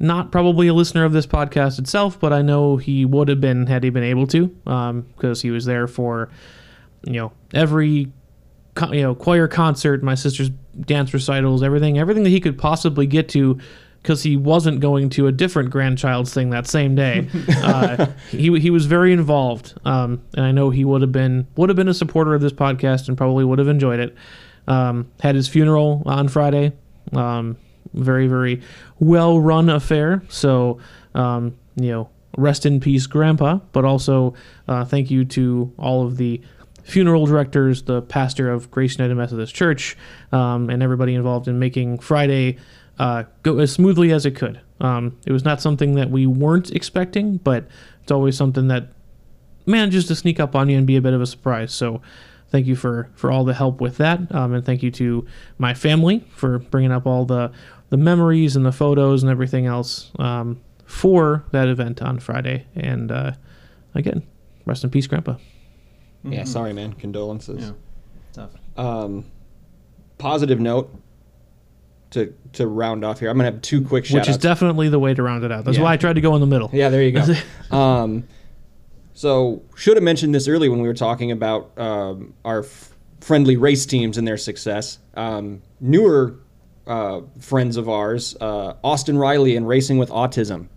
Speaker 3: not probably a listener of this podcast itself, but I know he would have been had he been able to, because he was there for you know every co- you know choir concert, my sister's dance recitals, everything, everything that he could possibly get to. Because he wasn't going to a different grandchild's thing that same day, uh, he, he was very involved, um, and I know he would have been would have been a supporter of this podcast and probably would have enjoyed it. Um, had his funeral on Friday, um, very very well run affair. So um, you know, rest in peace, Grandpa. But also uh, thank you to all of the funeral directors, the pastor of Grace United Methodist Church, um, and everybody involved in making Friday uh, go as smoothly as it could. Um, it was not something that we weren't expecting, but it's always something that manages to sneak up on you and be a bit of a surprise. So thank you for for all the help with that, um, and thank you to my family for bringing up all the the memories and the photos and everything else um, for that event on Friday. And uh, again, rest in peace, Grandpa.
Speaker 1: Yeah, sorry, man. Condolences.
Speaker 2: Yeah, tough.
Speaker 1: Um, positive note to to round off here. I'm gonna have two quick shout
Speaker 3: Which is definitely the way to round it out. That's
Speaker 1: Yeah.
Speaker 3: why I tried to go in the middle.
Speaker 1: Yeah, there you go. um, so should have mentioned this early when we were talking about um, our f- friendly race teams and their success. Um, newer uh, friends of ours, uh, Austin Riley and Racing with Autism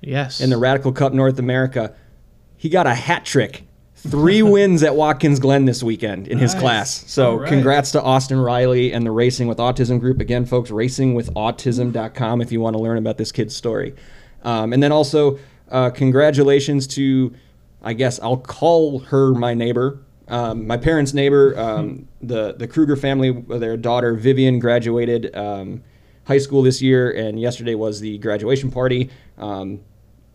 Speaker 3: Yes.
Speaker 1: in the Radical Cup North America, he got a hat trick.
Speaker 2: [laughs]
Speaker 1: Three wins at Watkins Glen this weekend in his
Speaker 2: Nice.
Speaker 1: class. So,
Speaker 2: All right.
Speaker 1: congrats to Austin Riley and the Racing with Autism group. Again, folks, racingwithautism.com if you want to learn about this kid's story. Um, and then also, uh, congratulations to, I guess I'll call her my neighbor, um, my parents' neighbor,
Speaker 2: [laughs]
Speaker 1: um, the, the Kruger family, their daughter Vivian graduated um, high school this year, and yesterday was the graduation party. Um,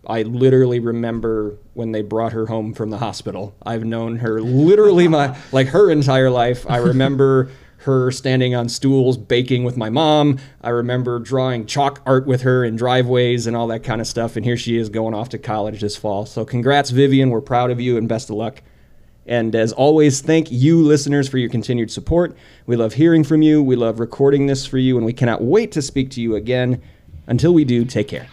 Speaker 1: I literally remember when they brought her home from the hospital. I've known her literally my like her entire life. I remember her standing on stools baking with my mom. I remember drawing chalk art with her in driveways and all that kind of stuff. And here she is going off to college this fall. So congrats, Vivian. We're proud of you and best of luck. And as always, thank you, listeners, for your continued support. We love hearing from you. We love recording this for you, and we cannot wait to speak to you again. Until we do, take care.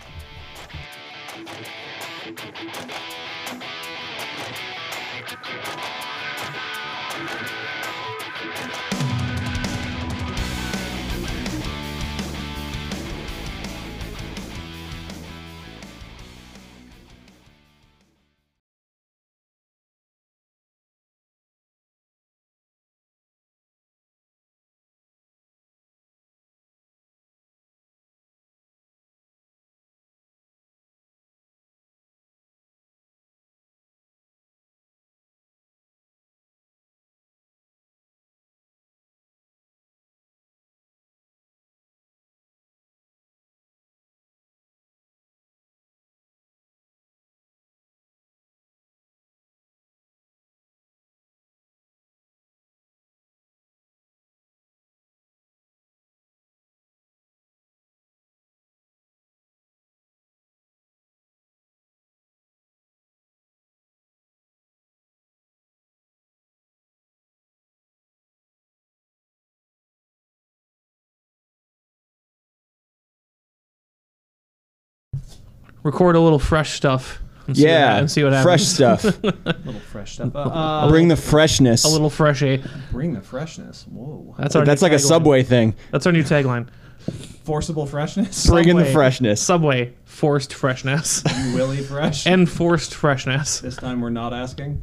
Speaker 3: record a little fresh stuff. And see what
Speaker 1: yeah,
Speaker 3: ha- and see what happens.
Speaker 1: Fresh
Speaker 3: [laughs]
Speaker 1: stuff.
Speaker 2: A little [laughs] fresh stuff. Uh, uh,
Speaker 1: Bring the freshness.
Speaker 3: A little fresh, eh?
Speaker 2: bring the freshness. Whoa.
Speaker 3: That's our.
Speaker 1: That's
Speaker 3: new
Speaker 1: like a
Speaker 3: tagline.
Speaker 1: Subway thing.
Speaker 3: That's our new tagline.
Speaker 2: Forcible
Speaker 3: [laughs]
Speaker 2: freshness.
Speaker 1: Bring in the
Speaker 3: Subway.
Speaker 1: freshness.
Speaker 3: Subway forced freshness
Speaker 2: You Willy fresh.
Speaker 3: and forced freshness.
Speaker 2: this time we're not asking.